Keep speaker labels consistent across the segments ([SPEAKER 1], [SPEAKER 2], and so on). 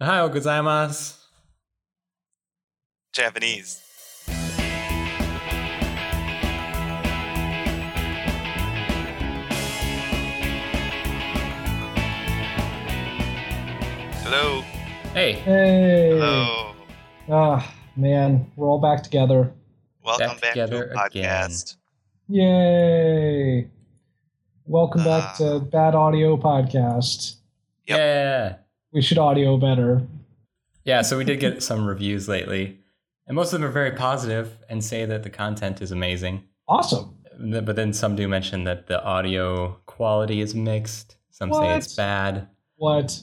[SPEAKER 1] Ohio gozaimasu.
[SPEAKER 2] Japanese. Hello.
[SPEAKER 1] Hey,
[SPEAKER 3] Hey.
[SPEAKER 2] Hello.
[SPEAKER 3] Ah, man, we're all back together.
[SPEAKER 2] Welcome back, to
[SPEAKER 1] together
[SPEAKER 2] a podcast.
[SPEAKER 3] Yay. Welcome
[SPEAKER 2] Ah.
[SPEAKER 3] back to Bad Audio Podcast.
[SPEAKER 2] Yep.
[SPEAKER 1] yeah,
[SPEAKER 3] We should audio better.
[SPEAKER 1] yeah. So we did get some reviews lately, and most of them are very positive and say that the content is amazing.
[SPEAKER 3] Awesome.
[SPEAKER 1] But then some do mention that the audio quality is mixed. Some say it's
[SPEAKER 3] What?
[SPEAKER 1] bad.
[SPEAKER 3] What?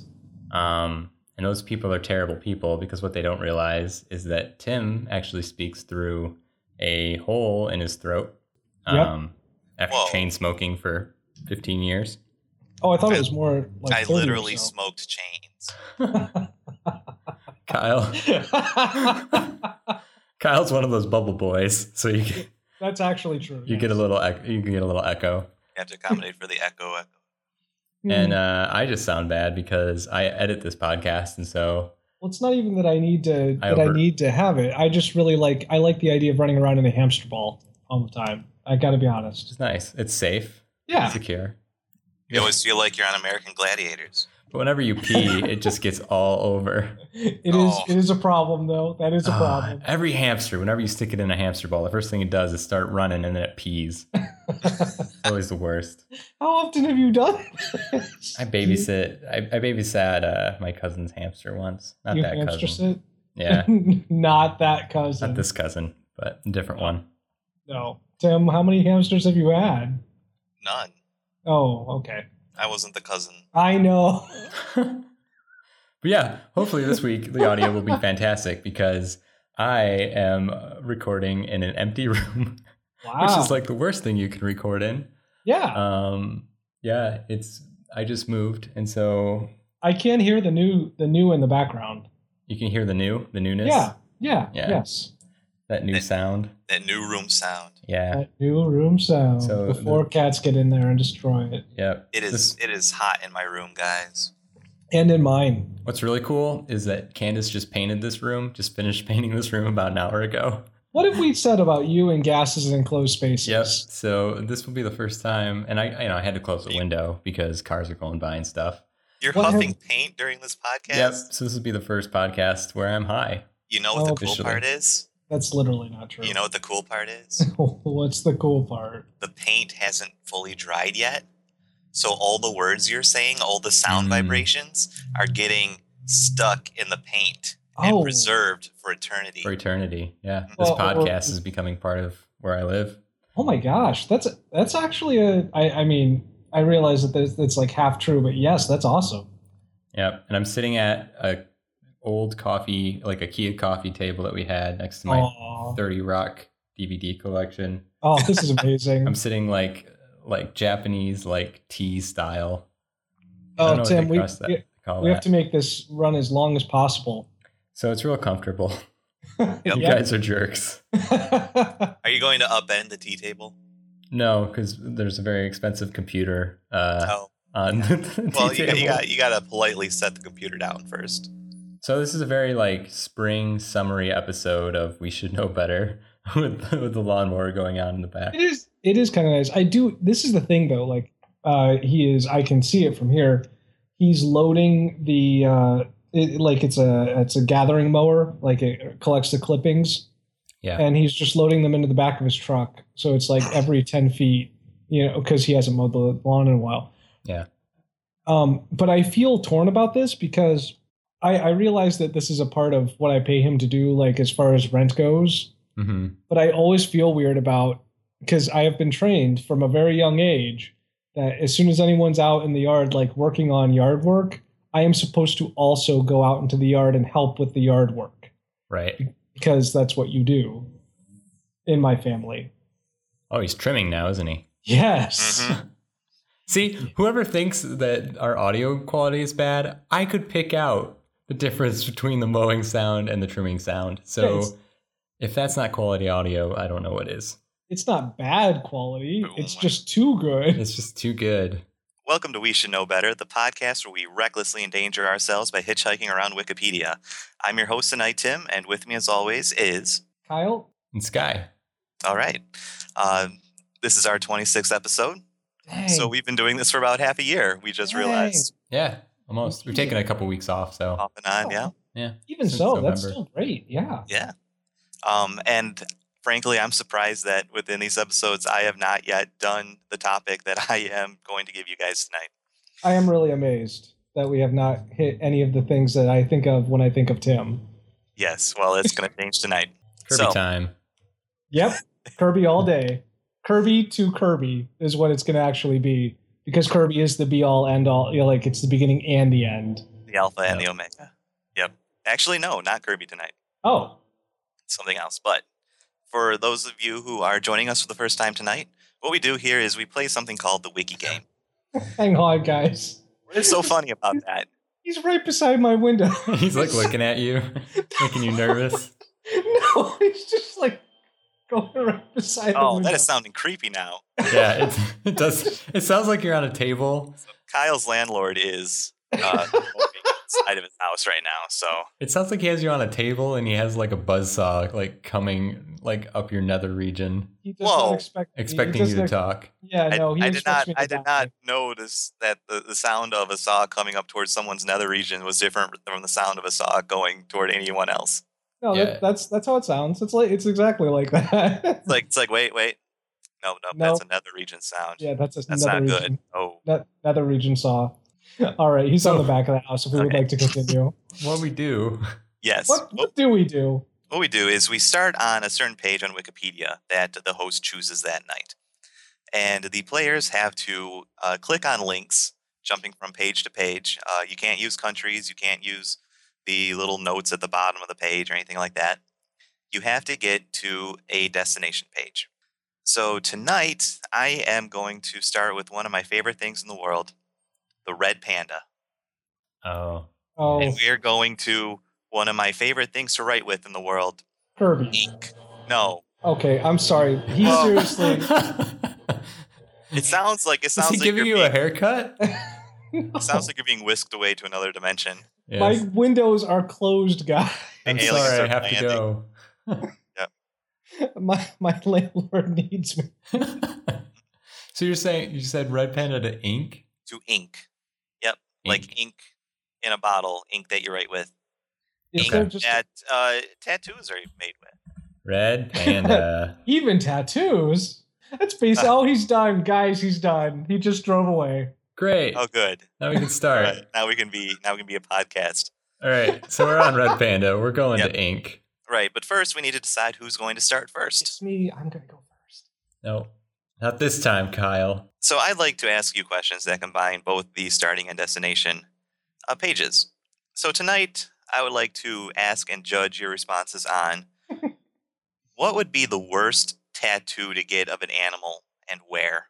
[SPEAKER 1] Um, and those people are terrible people because what they don't realize is that Tim actually speaks through a hole in his throat
[SPEAKER 3] Yep.
[SPEAKER 1] um, after
[SPEAKER 2] Whoa.
[SPEAKER 1] chain smoking for 15 years.
[SPEAKER 3] Oh, I thought
[SPEAKER 2] I-
[SPEAKER 3] it was more like
[SPEAKER 2] I
[SPEAKER 3] 30 or
[SPEAKER 2] literally
[SPEAKER 3] so.
[SPEAKER 2] smoked chains.
[SPEAKER 1] Kyle, Kyle's one of those bubble boys, so you get,
[SPEAKER 3] That's actually true.
[SPEAKER 1] you get a little ec- you can get a little echo.
[SPEAKER 2] You have to accommodate for the echo. echo.
[SPEAKER 3] Hmm. Mm-hmm.
[SPEAKER 1] And uh, I just sound bad because I edit this podcast, and so
[SPEAKER 3] well, it's not even that I need to
[SPEAKER 1] I
[SPEAKER 3] that I
[SPEAKER 1] over-
[SPEAKER 3] need to have it. I just really like I like the idea of running around in a hamster ball all the time. I got to be honest.
[SPEAKER 1] it's nice. It's safe,
[SPEAKER 3] Yeah.
[SPEAKER 1] secure.
[SPEAKER 2] You always feel like you're on American Gladiators.
[SPEAKER 1] But whenever you pee, it just gets all over.
[SPEAKER 3] It is
[SPEAKER 2] Oh.
[SPEAKER 3] it is a problem though. That is a
[SPEAKER 1] Ah,
[SPEAKER 3] problem.
[SPEAKER 1] every hamster, whenever you stick it in a hamster ball, the first thing it does is start running and then it pees. Always the worst.
[SPEAKER 3] How often have you done this?
[SPEAKER 1] I babysit. I, I babysat uh, my cousin's hamster once. Not
[SPEAKER 3] you
[SPEAKER 1] that
[SPEAKER 3] hamster
[SPEAKER 1] cousin.
[SPEAKER 3] sit?
[SPEAKER 1] Yeah,
[SPEAKER 3] Not that cousin.
[SPEAKER 1] not this cousin, but a different one.
[SPEAKER 3] No. Tim, how many hamsters have you had?
[SPEAKER 2] None.
[SPEAKER 3] Oh, okay.
[SPEAKER 2] I wasn't the cousin.
[SPEAKER 3] I know.
[SPEAKER 1] but yeah, hopefully this week the audio will be fantastic because I am uh, recording in an empty room,
[SPEAKER 3] Wow.
[SPEAKER 1] which
[SPEAKER 3] Ah.
[SPEAKER 1] is like the worst thing you can record in.
[SPEAKER 3] yeah.
[SPEAKER 1] Um, yeah, it's. I just moved, and so
[SPEAKER 3] I can hear the new the new in the background.
[SPEAKER 1] you can hear the new, the newness.
[SPEAKER 3] Yeah. Yeah.
[SPEAKER 1] Yeah.
[SPEAKER 3] Yes.
[SPEAKER 1] that new sound.
[SPEAKER 2] That new room sound.
[SPEAKER 1] Yeah,
[SPEAKER 3] That new room sound.
[SPEAKER 1] So
[SPEAKER 3] before cats get in there and destroy it.
[SPEAKER 1] yeah.
[SPEAKER 2] It is. It is hot in my room, guys.
[SPEAKER 3] And in mine.
[SPEAKER 1] What's really cool is that Candace just painted this room, just finished painting this room about an hour ago.
[SPEAKER 3] What have we said about you and gases in enclosed spaces?
[SPEAKER 1] Yep. So this will be the first time, and I, you know, I had to close the window because cars are going by and stuff.
[SPEAKER 2] You're
[SPEAKER 3] What have-
[SPEAKER 2] huffing paint during this podcast.
[SPEAKER 1] Yep. So this will be the first podcast where I'm high.
[SPEAKER 2] You know what the
[SPEAKER 3] Oh,
[SPEAKER 2] cool
[SPEAKER 1] officially.
[SPEAKER 2] part is?
[SPEAKER 3] That's literally not true.
[SPEAKER 2] You know what the cool part is?
[SPEAKER 3] What's the cool part?
[SPEAKER 2] the paint hasn't fully dried yet. So all the words you're saying, all the sound
[SPEAKER 1] Mm.
[SPEAKER 2] vibrations are getting stuck in the paint and
[SPEAKER 3] Oh.
[SPEAKER 2] preserved for eternity.
[SPEAKER 1] for eternity. Yeah. This
[SPEAKER 3] Well,
[SPEAKER 1] podcast
[SPEAKER 3] we're-
[SPEAKER 1] is becoming part of where I live.
[SPEAKER 3] Oh my gosh, that's that's actually a. I, I mean, I realize that that's, that's like half true, but yes, that's awesome.
[SPEAKER 1] Yep. And I'm sitting at a old coffee, like a Kia coffee table that we had next to my
[SPEAKER 3] Oh,
[SPEAKER 1] 30 Rock DVD collection.
[SPEAKER 3] oh, this is
[SPEAKER 1] I'm
[SPEAKER 3] amazing.
[SPEAKER 1] sitting like like Japanese like tea style. I don't know
[SPEAKER 3] oh,
[SPEAKER 1] what they
[SPEAKER 3] Tim, we
[SPEAKER 1] cross that-
[SPEAKER 3] we,
[SPEAKER 1] call
[SPEAKER 3] we have
[SPEAKER 1] that.
[SPEAKER 3] to make this run as long as possible.
[SPEAKER 1] so it's real comfortable.
[SPEAKER 2] Yep.
[SPEAKER 1] You guys are jerks.
[SPEAKER 2] Are you going to upend the tea table?
[SPEAKER 1] No, because there's a very expensive computer uh,
[SPEAKER 2] Oh,
[SPEAKER 1] on the
[SPEAKER 2] well,
[SPEAKER 1] tea
[SPEAKER 2] you,
[SPEAKER 1] table.
[SPEAKER 2] you got you got to politely set the computer down first.
[SPEAKER 1] So this is a very like spring summary episode of We Should Know Better with with the lawnmower going on in the back.
[SPEAKER 3] it is it is kind of nice. I do. This is the thing though. Like, uh, he is. I can see it from here. He's loading the. Uh, it, like it's a it's a gathering mower. Like it collects the clippings.
[SPEAKER 1] Yeah.
[SPEAKER 3] and he's just loading them into the back of his truck. So it's like every ten feet, you know, because he hasn't mowed the lawn in a while.
[SPEAKER 1] Yeah.
[SPEAKER 3] Um, but I feel torn about this because I, I realize that this is a part of what I pay him to do, like as far as rent goes.
[SPEAKER 1] hmm
[SPEAKER 3] But I always feel weird about because I have been trained from a very young age that as soon as anyone's out in the yard, like working on yard work, I am supposed to also go out into the yard and help with the yard work
[SPEAKER 1] Right.
[SPEAKER 3] because that's what you do in my family.
[SPEAKER 1] Oh, he's trimming now, isn't he?
[SPEAKER 3] Yes.
[SPEAKER 2] Mhm.
[SPEAKER 1] See, whoever thinks that our audio quality is bad, I could pick out the difference between the mowing sound and the trimming sound. So
[SPEAKER 3] Yes.
[SPEAKER 1] if that's not quality audio, I don't know what is.
[SPEAKER 3] It's not bad quality.
[SPEAKER 2] Oh
[SPEAKER 3] it's
[SPEAKER 2] my-
[SPEAKER 3] just too good.
[SPEAKER 1] It's just too good.
[SPEAKER 2] Welcome to We Should Know Better, the podcast where we recklessly endanger ourselves by hitchhiking around Wikipedia. I'm your host tonight, Tim, and with me as always is.
[SPEAKER 3] Kyle,
[SPEAKER 1] And Sky.
[SPEAKER 2] All right. Uh, this is our 26th episode.
[SPEAKER 3] dang,
[SPEAKER 2] So we've been doing this for about half a year. We just
[SPEAKER 3] Yay.
[SPEAKER 2] realized
[SPEAKER 1] Yeah, almost. We've taken a couple weeks off, so
[SPEAKER 2] off and on. Yeah.
[SPEAKER 1] yeah.
[SPEAKER 3] even
[SPEAKER 1] since
[SPEAKER 3] so, that's
[SPEAKER 1] November.
[SPEAKER 3] still great. Yeah.
[SPEAKER 2] Yeah. Um, and frankly, I'm surprised that within these episodes, I have not yet done the topic that I am going to give you guys tonight.
[SPEAKER 3] I am really amazed that we have not hit any of the things that I think of when I think of Tim.
[SPEAKER 2] Yes. Well, it's going to change tonight.
[SPEAKER 1] Kirby
[SPEAKER 2] So-
[SPEAKER 1] time.
[SPEAKER 3] Yep. Kirby all day. Kirby to Kirby is what it's going to actually be because Kirby is the be all end all. You know, like it's the beginning and the end.
[SPEAKER 2] The Alpha and the Omega. Yep. Actually, no, not Kirby tonight.
[SPEAKER 3] Oh,
[SPEAKER 2] something else. But for those of you who are joining us for the first time tonight, what we do here is we play something called the Wiki Game.
[SPEAKER 3] hang on, guys.
[SPEAKER 2] What is so funny about that?
[SPEAKER 3] He's right beside my window.
[SPEAKER 1] He's like looking at you, making you nervous.
[SPEAKER 3] no, he's just like going right beside the
[SPEAKER 2] Oh,
[SPEAKER 3] window.
[SPEAKER 2] that is sounding creepy now.
[SPEAKER 1] Yeah, it's, it does. It sounds like you're on a table.
[SPEAKER 2] Kyle's landlord is uh, side of his house right now, so
[SPEAKER 1] It sounds like he has you on a table and he has like a buzzsaw like coming like up your nether region,
[SPEAKER 3] he does
[SPEAKER 2] Whoa.
[SPEAKER 3] not expect he
[SPEAKER 1] expecting
[SPEAKER 3] does
[SPEAKER 1] you to
[SPEAKER 3] not-
[SPEAKER 1] talk.
[SPEAKER 3] Yeah,
[SPEAKER 2] I,
[SPEAKER 3] no, he
[SPEAKER 2] I did not.
[SPEAKER 3] expects me to
[SPEAKER 2] I did
[SPEAKER 3] die.
[SPEAKER 2] not notice that the, the sound of a saw coming up towards someone's nether region was different from the sound of a saw going toward anyone else.
[SPEAKER 3] No,
[SPEAKER 1] Yeah.
[SPEAKER 3] that, that's that's how it sounds. It's like it's exactly like that.
[SPEAKER 2] It's like it's like wait, wait, no, no,
[SPEAKER 3] No.
[SPEAKER 2] that's a nether region sound.
[SPEAKER 3] yeah, that's, just
[SPEAKER 2] that's
[SPEAKER 3] another
[SPEAKER 2] not
[SPEAKER 3] region.
[SPEAKER 2] good. Oh,
[SPEAKER 3] That another region saw. All right, he's on the back of the house. If we would
[SPEAKER 2] Okay.
[SPEAKER 3] like to continue,
[SPEAKER 1] What we do?
[SPEAKER 2] yes.
[SPEAKER 3] what what do we do?
[SPEAKER 2] what we do is we start on a certain page on Wikipedia that the host chooses that night. And the players have to uh, click on links, jumping from page to page. Uh, you can't use countries, you can't use the little notes at the bottom of the page or anything like that. You have to get to a destination page. So tonight, I am going to start with one of my favorite things in the world the red panda.
[SPEAKER 1] Oh,
[SPEAKER 3] Oh,
[SPEAKER 2] And we are going to one of my favorite things to write with in the world
[SPEAKER 3] Kirby.
[SPEAKER 2] ink. No,
[SPEAKER 3] Okay, I'm sorry. He
[SPEAKER 2] Well-
[SPEAKER 3] seriously.
[SPEAKER 2] It sounds like it
[SPEAKER 1] is
[SPEAKER 2] sounds
[SPEAKER 1] he
[SPEAKER 2] like
[SPEAKER 1] giving
[SPEAKER 2] you're
[SPEAKER 1] you a
[SPEAKER 2] being,
[SPEAKER 1] haircut?
[SPEAKER 2] it sounds like you're being whisked away to another dimension.
[SPEAKER 1] Yes.
[SPEAKER 3] My windows are closed, guys.
[SPEAKER 2] The
[SPEAKER 1] I'm
[SPEAKER 2] aliens
[SPEAKER 1] sorry, I
[SPEAKER 2] are
[SPEAKER 1] have to
[SPEAKER 2] landing.
[SPEAKER 1] go.
[SPEAKER 3] My my landlord needs me.
[SPEAKER 1] so you're saying you said red panda to ink?
[SPEAKER 2] To ink, like ink in a bottle, ink that you write with,
[SPEAKER 3] Is
[SPEAKER 2] ink
[SPEAKER 3] there just
[SPEAKER 2] that uh, tattoos are made with.
[SPEAKER 1] red panda.
[SPEAKER 3] even tattoos? That's
[SPEAKER 2] Uh.
[SPEAKER 3] basic. oh, he's done, guys. He's done. He just drove away.
[SPEAKER 1] Great.
[SPEAKER 2] Oh, good.
[SPEAKER 1] Now we can start.
[SPEAKER 2] Alright, Now we can be now we can be a podcast.
[SPEAKER 1] All right. So we're on red panda. We're going
[SPEAKER 2] Yep.
[SPEAKER 1] to ink.
[SPEAKER 2] Right, but first we need to decide who's going to start first.
[SPEAKER 3] It's me. I'm gonna go first.
[SPEAKER 1] No, not this time, Kyle.
[SPEAKER 2] So I'd like to ask you questions that combine both the starting and destination uh, pages. So tonight, I would like to ask and judge your responses on what would be the worst tattoo to get of an animal and where?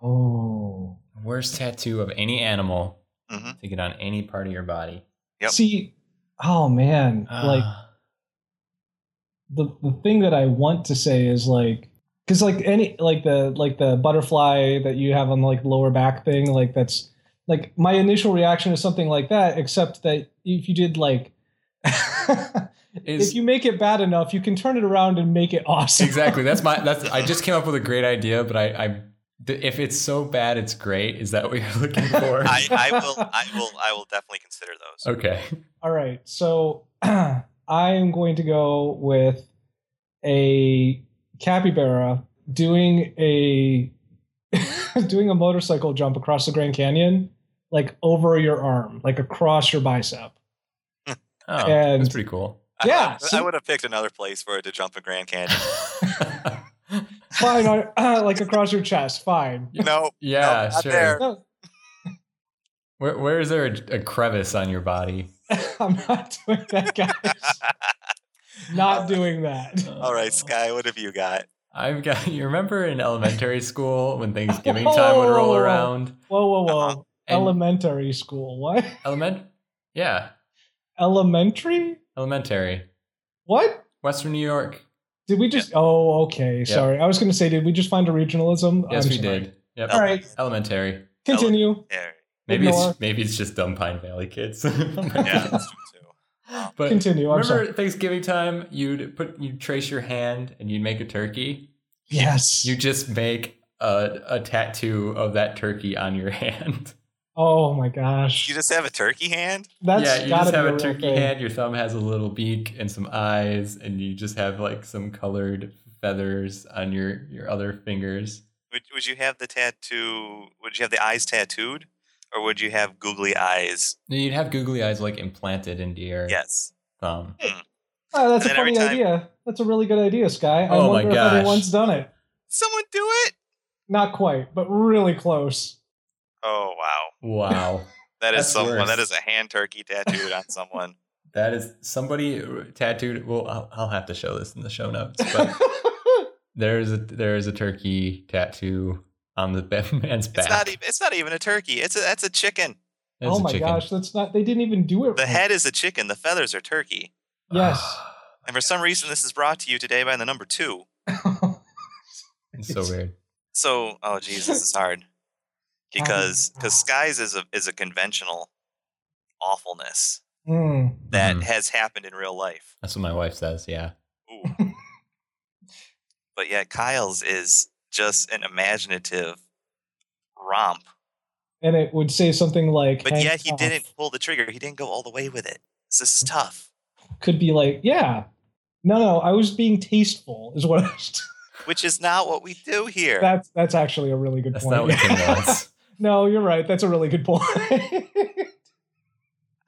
[SPEAKER 3] Oh.
[SPEAKER 1] Worst tattoo of any animal.
[SPEAKER 2] Mhm.
[SPEAKER 1] Take it on any part of your body.
[SPEAKER 2] Yep.
[SPEAKER 3] See, oh man, like
[SPEAKER 1] Ah,
[SPEAKER 3] the the thing that I want to say is like because like any like the like the butterfly that you have on like lower back thing like that's like my initial reaction is something like that except that if you did like
[SPEAKER 1] is-
[SPEAKER 3] if you make it bad enough you can turn it around and make it awesome
[SPEAKER 1] exactly. That's my. That's. I just came up with a great idea, but I. I th- if it's so bad, it's great. Is that what you're looking for?
[SPEAKER 2] I, I will, I will, I will definitely consider those.
[SPEAKER 1] okay.
[SPEAKER 3] all right so i am going to go with a capybara doing a doing a motorcycle jump across the grand canyon like over your arm like across your bicep
[SPEAKER 1] Oh,
[SPEAKER 3] And-
[SPEAKER 1] that's pretty cool.
[SPEAKER 2] I-
[SPEAKER 3] Yeah,
[SPEAKER 2] I,
[SPEAKER 3] so-
[SPEAKER 2] would have picked another place for it to jump a Grand Canyon.
[SPEAKER 3] fine on, like across your chest fine
[SPEAKER 2] no,
[SPEAKER 1] yeah,
[SPEAKER 2] not
[SPEAKER 1] sure.
[SPEAKER 2] there.
[SPEAKER 3] no,
[SPEAKER 1] Where, where is there a, a crevice on your body?
[SPEAKER 3] i'm not doing that guys not doing that
[SPEAKER 2] all right, Sky, what have you got?
[SPEAKER 1] I've got. You remember in elementary school when Thanksgiving time would roll
[SPEAKER 3] Oh.
[SPEAKER 1] around?
[SPEAKER 3] whoa whoa whoa
[SPEAKER 2] Uh-huh.
[SPEAKER 1] And-
[SPEAKER 3] elementary school what
[SPEAKER 1] Element. Yeah,
[SPEAKER 3] elementary
[SPEAKER 1] elementary.
[SPEAKER 3] what
[SPEAKER 1] Western New York.
[SPEAKER 3] Did we just? Oh, okay. Sorry, I was going to say, did we just find a regionalism?
[SPEAKER 1] Yes,
[SPEAKER 3] I'm
[SPEAKER 1] we
[SPEAKER 3] sorry.
[SPEAKER 1] did. Yep.
[SPEAKER 3] All right.
[SPEAKER 1] Elementary.
[SPEAKER 3] Continue.
[SPEAKER 2] Yeah,
[SPEAKER 1] Maybe
[SPEAKER 3] Ignore.
[SPEAKER 1] it's, maybe it's just dumb Pine Valley kids.
[SPEAKER 2] yeah, that's true too. Um,
[SPEAKER 1] But
[SPEAKER 3] Continue. I'm
[SPEAKER 1] remember
[SPEAKER 3] sorry.
[SPEAKER 1] Thanksgiving time, you'd put you'd trace your hand and you'd make a turkey.
[SPEAKER 3] Yes.
[SPEAKER 1] You just make a, a tattoo of that turkey on your hand.
[SPEAKER 3] oh my gosh.
[SPEAKER 2] You just have a turkey hand.
[SPEAKER 3] That's
[SPEAKER 1] yeah, you
[SPEAKER 3] gotta
[SPEAKER 1] just have
[SPEAKER 3] be
[SPEAKER 1] a
[SPEAKER 3] real
[SPEAKER 1] turkey
[SPEAKER 3] thing.
[SPEAKER 1] hand. Your thumb has a little beak and some eyes, and you just have like some colored feathers on your your other fingers.
[SPEAKER 2] Would, would you have the tattoo? Would you have the eyes tattooed, or would you have googly eyes?
[SPEAKER 1] And You'd have googly eyes like implanted into your
[SPEAKER 2] Yes.
[SPEAKER 1] thumb.
[SPEAKER 3] Oh, that's
[SPEAKER 2] And
[SPEAKER 3] a
[SPEAKER 2] then every
[SPEAKER 3] funny
[SPEAKER 2] time-
[SPEAKER 3] idea. That's a really good idea, Sky. I
[SPEAKER 1] Oh my
[SPEAKER 3] wonder if
[SPEAKER 1] gosh.
[SPEAKER 3] anyone's done it.
[SPEAKER 2] Someone do it.
[SPEAKER 3] Not quite, but really close.
[SPEAKER 2] Oh wow,
[SPEAKER 1] Wow,
[SPEAKER 2] that is
[SPEAKER 1] That's
[SPEAKER 2] someone.
[SPEAKER 1] worse.
[SPEAKER 2] That is a hand turkey tattooed on someone.
[SPEAKER 1] that is somebody tattooed. Well, I'll, I'll have to show this in the show notes, but there is a there is a turkey tattoo on the ba- man's back.
[SPEAKER 2] It's not even. It's not even a turkey. It's a. That's a chicken.
[SPEAKER 1] There's
[SPEAKER 3] oh
[SPEAKER 1] a
[SPEAKER 3] my
[SPEAKER 1] chicken.
[SPEAKER 3] gosh, that's not. They didn't even do it.
[SPEAKER 2] The
[SPEAKER 1] Mm.
[SPEAKER 3] right.
[SPEAKER 2] head is a chicken. The feathers are turkey.
[SPEAKER 3] Yes.
[SPEAKER 2] And for some reason, this is brought to you today by the number two.
[SPEAKER 1] it's so weird.
[SPEAKER 2] So, oh geez, this is hard because because skies is a is a conventional awfulness
[SPEAKER 3] Mm.
[SPEAKER 2] that
[SPEAKER 1] Mhm.
[SPEAKER 2] has happened in real life.
[SPEAKER 1] That's what my wife says. Yeah.
[SPEAKER 2] Ooh. but yeah, Kyle's is just an imaginative romp.
[SPEAKER 3] And it would say something like,
[SPEAKER 2] But
[SPEAKER 3] "Hang
[SPEAKER 2] yet he
[SPEAKER 3] off."
[SPEAKER 2] didn't pull the trigger. He didn't go all the way with it. So This is tough.
[SPEAKER 3] Could be like, "Yeah, no, no, I was being tasteful," is what. I was
[SPEAKER 2] Which is not what we do here.
[SPEAKER 3] that's that's actually a really good
[SPEAKER 1] That's
[SPEAKER 3] point.
[SPEAKER 1] not what Kim wants.
[SPEAKER 3] no, you're right. That's a really good point.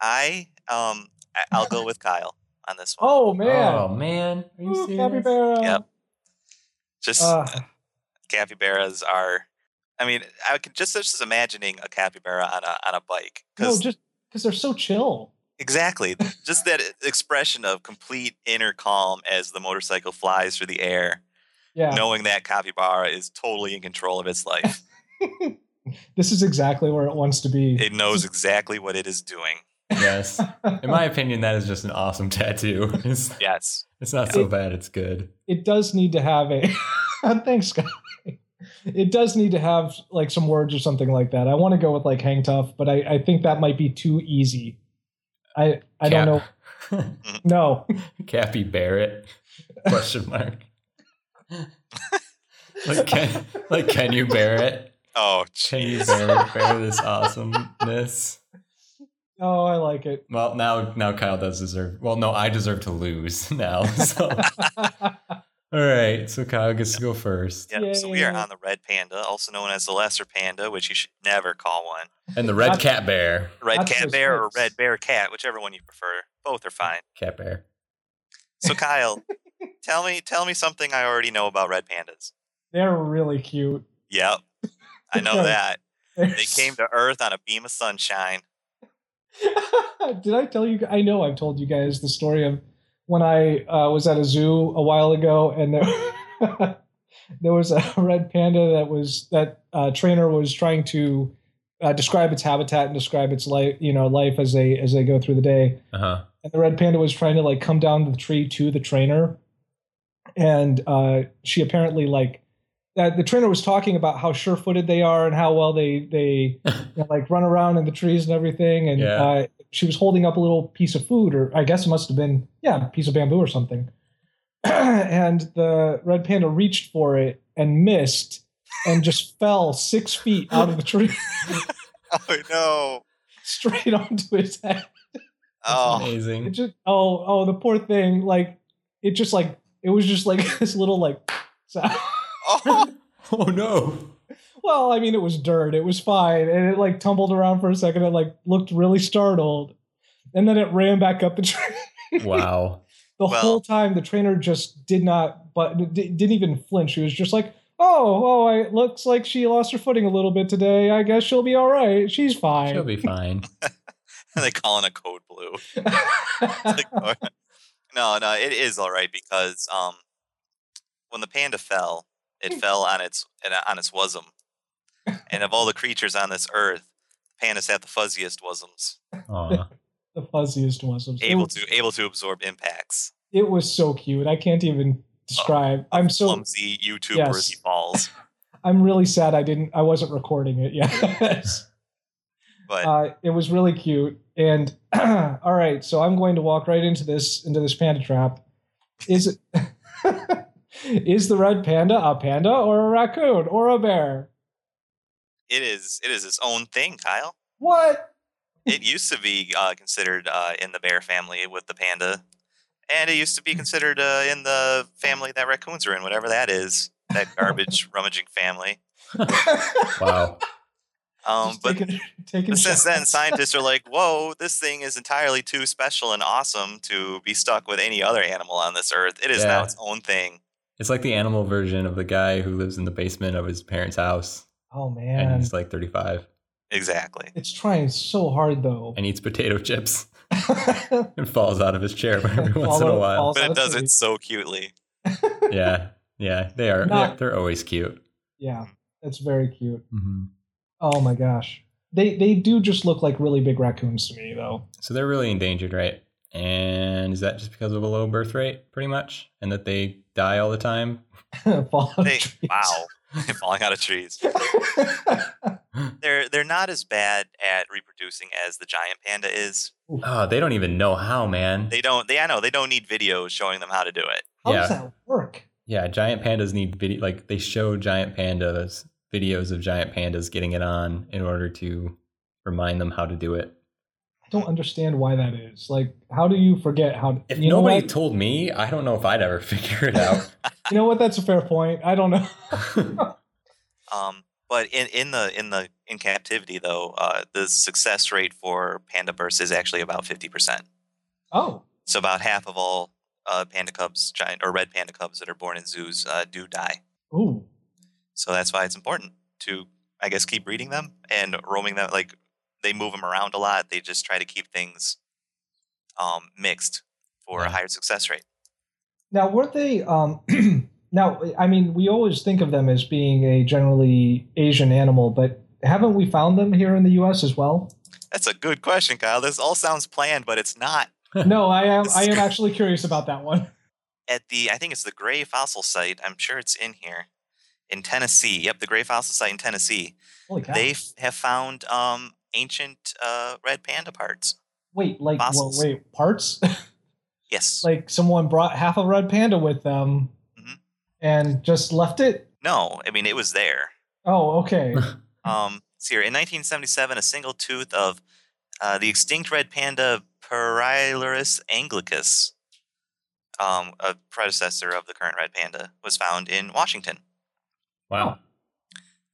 [SPEAKER 2] I um I- I'll go with Kyle on this one.
[SPEAKER 3] oh man,
[SPEAKER 1] Oh man, are you
[SPEAKER 3] Ooh,
[SPEAKER 1] serious?
[SPEAKER 3] capybara.
[SPEAKER 2] Yep. Just
[SPEAKER 3] Uh,
[SPEAKER 2] capybaras are. I mean, I could just just imagining a capybara on a on a bike.
[SPEAKER 3] no,
[SPEAKER 2] 'Cause-
[SPEAKER 3] just because they're so chill.
[SPEAKER 2] exactly, just that expression of complete inner calm as the motorcycle flies through the air,
[SPEAKER 3] Yeah.
[SPEAKER 2] knowing that capybara is totally in control of its life.
[SPEAKER 3] this is exactly where it wants to be.
[SPEAKER 2] it knows exactly what it is doing.
[SPEAKER 1] Yes. In my opinion, that is just an awesome tattoo. It's,
[SPEAKER 2] Yes,
[SPEAKER 1] it's not so bad, it's good.
[SPEAKER 3] it does need to have a thanks guy it does need to have like some words or something like that i want to go with like hang tough but i, I think that might be too easy i i don't know
[SPEAKER 1] know.
[SPEAKER 3] no
[SPEAKER 1] Cappy Barrett? Question mark. like, can, like, can you bear it?
[SPEAKER 2] Oh,
[SPEAKER 1] Can
[SPEAKER 2] jeez.
[SPEAKER 1] you bear, bear this awesomeness?
[SPEAKER 3] oh i like it
[SPEAKER 1] Well, now now Kyle does deserve. Well, no, I deserve to lose now. So, all right. So Kyle gets to go first,
[SPEAKER 2] Yeah, so we are
[SPEAKER 3] Yay.
[SPEAKER 2] on the red panda, also known as the lesser panda, which you should never call one.
[SPEAKER 1] and the red
[SPEAKER 3] That's-
[SPEAKER 1] cat bear.
[SPEAKER 2] Red
[SPEAKER 3] That's
[SPEAKER 2] cat
[SPEAKER 3] just
[SPEAKER 2] bear or
[SPEAKER 3] nice.
[SPEAKER 2] red bear cat, whichever one you prefer. Both are fine.
[SPEAKER 1] Cat bear.
[SPEAKER 2] So Kyle, tell me tell me something I already know about red pandas.
[SPEAKER 3] they're really cute
[SPEAKER 2] Yep. I know
[SPEAKER 3] Okay.
[SPEAKER 2] that.
[SPEAKER 3] They're
[SPEAKER 2] They came to Earth on a beam of sunshine.
[SPEAKER 3] Did I tell you? I know I've told you guys the story of when I uh, was at a zoo a while ago, and there, there was a red panda that was that uh, trainer was trying to uh, describe its habitat and describe its life, you know, life as they as they go through the day.
[SPEAKER 1] Uh huh.
[SPEAKER 3] And the red panda was trying to like come down the tree to the trainer, and uh, she apparently like uh, the trainer was talking about how sure-footed they are and how well they they you know, like run around in the trees and everything. And
[SPEAKER 1] Yeah.
[SPEAKER 3] uh, she was holding up a little piece of food, or I guess it must have been, yeah, a piece of bamboo or something. and the red panda reached for it and missed and just fell six feet out of the tree
[SPEAKER 2] Oh no.
[SPEAKER 3] straight onto his head.
[SPEAKER 2] Oh
[SPEAKER 3] It
[SPEAKER 1] Amazing.
[SPEAKER 3] just, oh, oh, the poor thing. Like, it just like, it was just like this little, like, sound.
[SPEAKER 2] oh
[SPEAKER 1] Oh no.
[SPEAKER 3] Well, I mean, it was dirt. It was fine, and it like tumbled around for a second. It like looked really startled, and then it ran back up the train.
[SPEAKER 1] Wow.
[SPEAKER 3] The
[SPEAKER 2] Well-
[SPEAKER 3] whole time, the trainer just did not, but di- didn't even flinch. She was just like, "Oh, oh, I, it looks like she lost her footing a little bit today. I guess she'll be all right. She's fine."
[SPEAKER 1] She'll be fine.
[SPEAKER 2] they call in a code blue. Like, or- no, no, it is all right because um when the panda fell, it
[SPEAKER 3] Hmm.
[SPEAKER 2] fell on its and uh, on its wasm. And of all the creatures on this earth, pandas have the fuzziest wasms.
[SPEAKER 1] Aw.
[SPEAKER 3] the fuzziest one. So
[SPEAKER 2] able
[SPEAKER 3] it,
[SPEAKER 2] to able to absorb impacts.
[SPEAKER 3] It
[SPEAKER 2] Oh,
[SPEAKER 3] was so cute. I can't even describe. I'm so
[SPEAKER 2] Clumsy YouTubers
[SPEAKER 3] Yes.
[SPEAKER 2] he falls.
[SPEAKER 3] I'm really sad I didn't I wasn't recording it yet.
[SPEAKER 2] But
[SPEAKER 3] uh, it was really cute. And all right, so I'm going to walk right into this into this panda trap. Is it is the red panda a panda or a raccoon or a bear?
[SPEAKER 2] it is it is its own thing, Kyle.
[SPEAKER 3] What? Hmm.
[SPEAKER 2] It used to be uh, considered uh, in the bear family with the panda, and it used to be
[SPEAKER 3] Hmm.
[SPEAKER 2] considered uh, in the family that raccoons are in, whatever that is, that garbage rummaging family.
[SPEAKER 1] Wow.
[SPEAKER 2] Um,
[SPEAKER 3] Just
[SPEAKER 2] but
[SPEAKER 3] taking- taking
[SPEAKER 2] But since
[SPEAKER 3] shots.
[SPEAKER 2] then, scientists are like, whoa, this thing is entirely too special and awesome to be stuck with any other animal on this earth. It is now
[SPEAKER 1] Yeah.
[SPEAKER 2] its own thing.
[SPEAKER 1] It's like the animal version of the guy who lives in the basement of his parents' house
[SPEAKER 3] Oh
[SPEAKER 1] and
[SPEAKER 3] man.
[SPEAKER 1] he's like 35
[SPEAKER 2] Exactly.
[SPEAKER 3] It's trying so hard though.
[SPEAKER 1] and eats potato chips and falls out of his chair every once in a
[SPEAKER 3] Follow-
[SPEAKER 1] while.
[SPEAKER 3] follow-
[SPEAKER 2] But it does
[SPEAKER 3] Absolutely.
[SPEAKER 2] it so cutely.
[SPEAKER 1] Yeah. Yeah. They are.
[SPEAKER 3] No.
[SPEAKER 1] They're, they're always cute.
[SPEAKER 3] yeah. That's very cute.
[SPEAKER 1] Mm-hmm.
[SPEAKER 3] Oh my gosh. They they do just look like really big raccoons to me though.
[SPEAKER 1] So they're really endangered, right? And is that just because of a low birth rate, pretty much, and that they die all the time?
[SPEAKER 3] Fall out of
[SPEAKER 2] They,
[SPEAKER 3] trees.
[SPEAKER 2] wow. Falling out of trees. They're, they're not as bad at reproducing as the giant panda is.
[SPEAKER 1] Oh, they don't even know how, man.
[SPEAKER 2] They don't, they, I know, they don't need videos showing them how to do it.
[SPEAKER 3] How
[SPEAKER 1] Yeah.
[SPEAKER 3] does that work?
[SPEAKER 1] yeah, giant pandas need video. Like they show giant pandas videos of giant pandas getting it on in order to remind them how to do it.
[SPEAKER 3] I don't understand why that is. Like, how do you forget how?
[SPEAKER 1] If
[SPEAKER 3] you know
[SPEAKER 1] nobody
[SPEAKER 3] what?
[SPEAKER 1] told me, I don't know if I'd ever figure it out.
[SPEAKER 3] you know what? That's a fair point. I don't know.
[SPEAKER 2] Um, but in, in the in the in captivity though, uh, the success rate for panda bursts is actually about fifty percent.
[SPEAKER 3] Oh,
[SPEAKER 2] So about half of all uh, panda cubs, giant or red panda cubs that are born in zoos uh, do die.
[SPEAKER 3] ooh,
[SPEAKER 2] So that's why it's important to, I guess, keep breeding them and roaming them. Like they move them around a lot. They just try to keep things um, mixed for a
[SPEAKER 1] Yeah.
[SPEAKER 2] higher success rate.
[SPEAKER 3] now weren't they? Um, now I mean, we always think of them as being a generally Asian animal, but haven't we found them here in the U.S. as well?
[SPEAKER 2] That's a good question, Kyle. This all sounds planned, but it's not.
[SPEAKER 3] No, I am. I am actually curious about that one.
[SPEAKER 2] At the, I think it's the Gray Fossil Site. I'm sure it's in here, in Tennessee. Yep, the Gray Fossil Site in Tennessee.
[SPEAKER 3] Holy cow!
[SPEAKER 2] They f- have found um, ancient uh, red panda parts.
[SPEAKER 3] wait, like, well,
[SPEAKER 2] fossils.
[SPEAKER 3] wait, parts?
[SPEAKER 2] Yes.
[SPEAKER 3] like someone brought half a red panda with them
[SPEAKER 2] Mhm.
[SPEAKER 3] and just left it?
[SPEAKER 2] no, I mean it was there.
[SPEAKER 3] Oh, okay.
[SPEAKER 2] Um, let's see here. In 1977, a single tooth of uh, the extinct red panda Parailaris anglicus, um, a predecessor of the current red panda, was found in Washington
[SPEAKER 1] wow.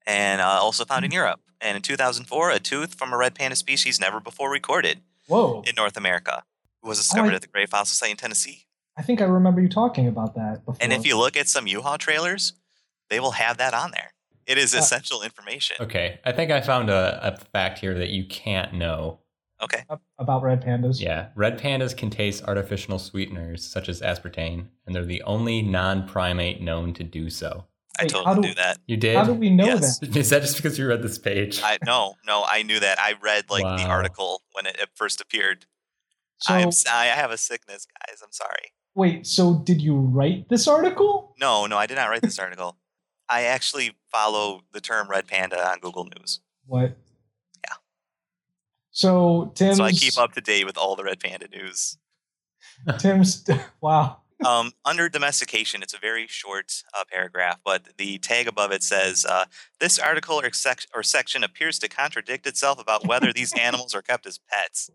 [SPEAKER 2] and uh, also found in Europe. And in 2004, a tooth from a red panda species never before recorded
[SPEAKER 3] Whoa.
[SPEAKER 2] in North America was discovered
[SPEAKER 3] Oh, I-
[SPEAKER 2] at the Gray Fossil Site in Tennessee.
[SPEAKER 3] I think I remember you talking about that before.
[SPEAKER 2] And if you look at some U-Haul trailers, they will have that on there. It is
[SPEAKER 3] Uh,
[SPEAKER 2] essential information.
[SPEAKER 1] Okay, I think I found a, a fact here that you can't know.
[SPEAKER 2] Okay.
[SPEAKER 3] Ab- about red pandas,
[SPEAKER 1] Yeah, red pandas can taste artificial sweeteners such as aspartame, and they're the only non-primate known to do so.
[SPEAKER 2] I
[SPEAKER 3] Wait, how
[SPEAKER 2] totally
[SPEAKER 3] do-
[SPEAKER 2] knew that.
[SPEAKER 1] You did?
[SPEAKER 3] how do we know
[SPEAKER 2] Yes.
[SPEAKER 3] that?
[SPEAKER 1] Is that just because you read this page?
[SPEAKER 2] I no, no, I knew that. I read like the
[SPEAKER 1] Wow.
[SPEAKER 2] article when it, it first appeared.
[SPEAKER 3] So
[SPEAKER 2] I'm s- I have a sickness, guys. I'm sorry.
[SPEAKER 3] wait, so did you write this article?
[SPEAKER 2] No, no, I did not write this article. I actually follow the term red panda on Google News,
[SPEAKER 3] What? Yeah. So Tim's
[SPEAKER 2] so I keep up to date with all the red panda news.
[SPEAKER 3] Tim's wow.
[SPEAKER 2] Um, under domestication, it's a very short uh, paragraph, but the tag above it says uh, this article or, sec- or section appears to contradict itself about whether these animals are kept as pets,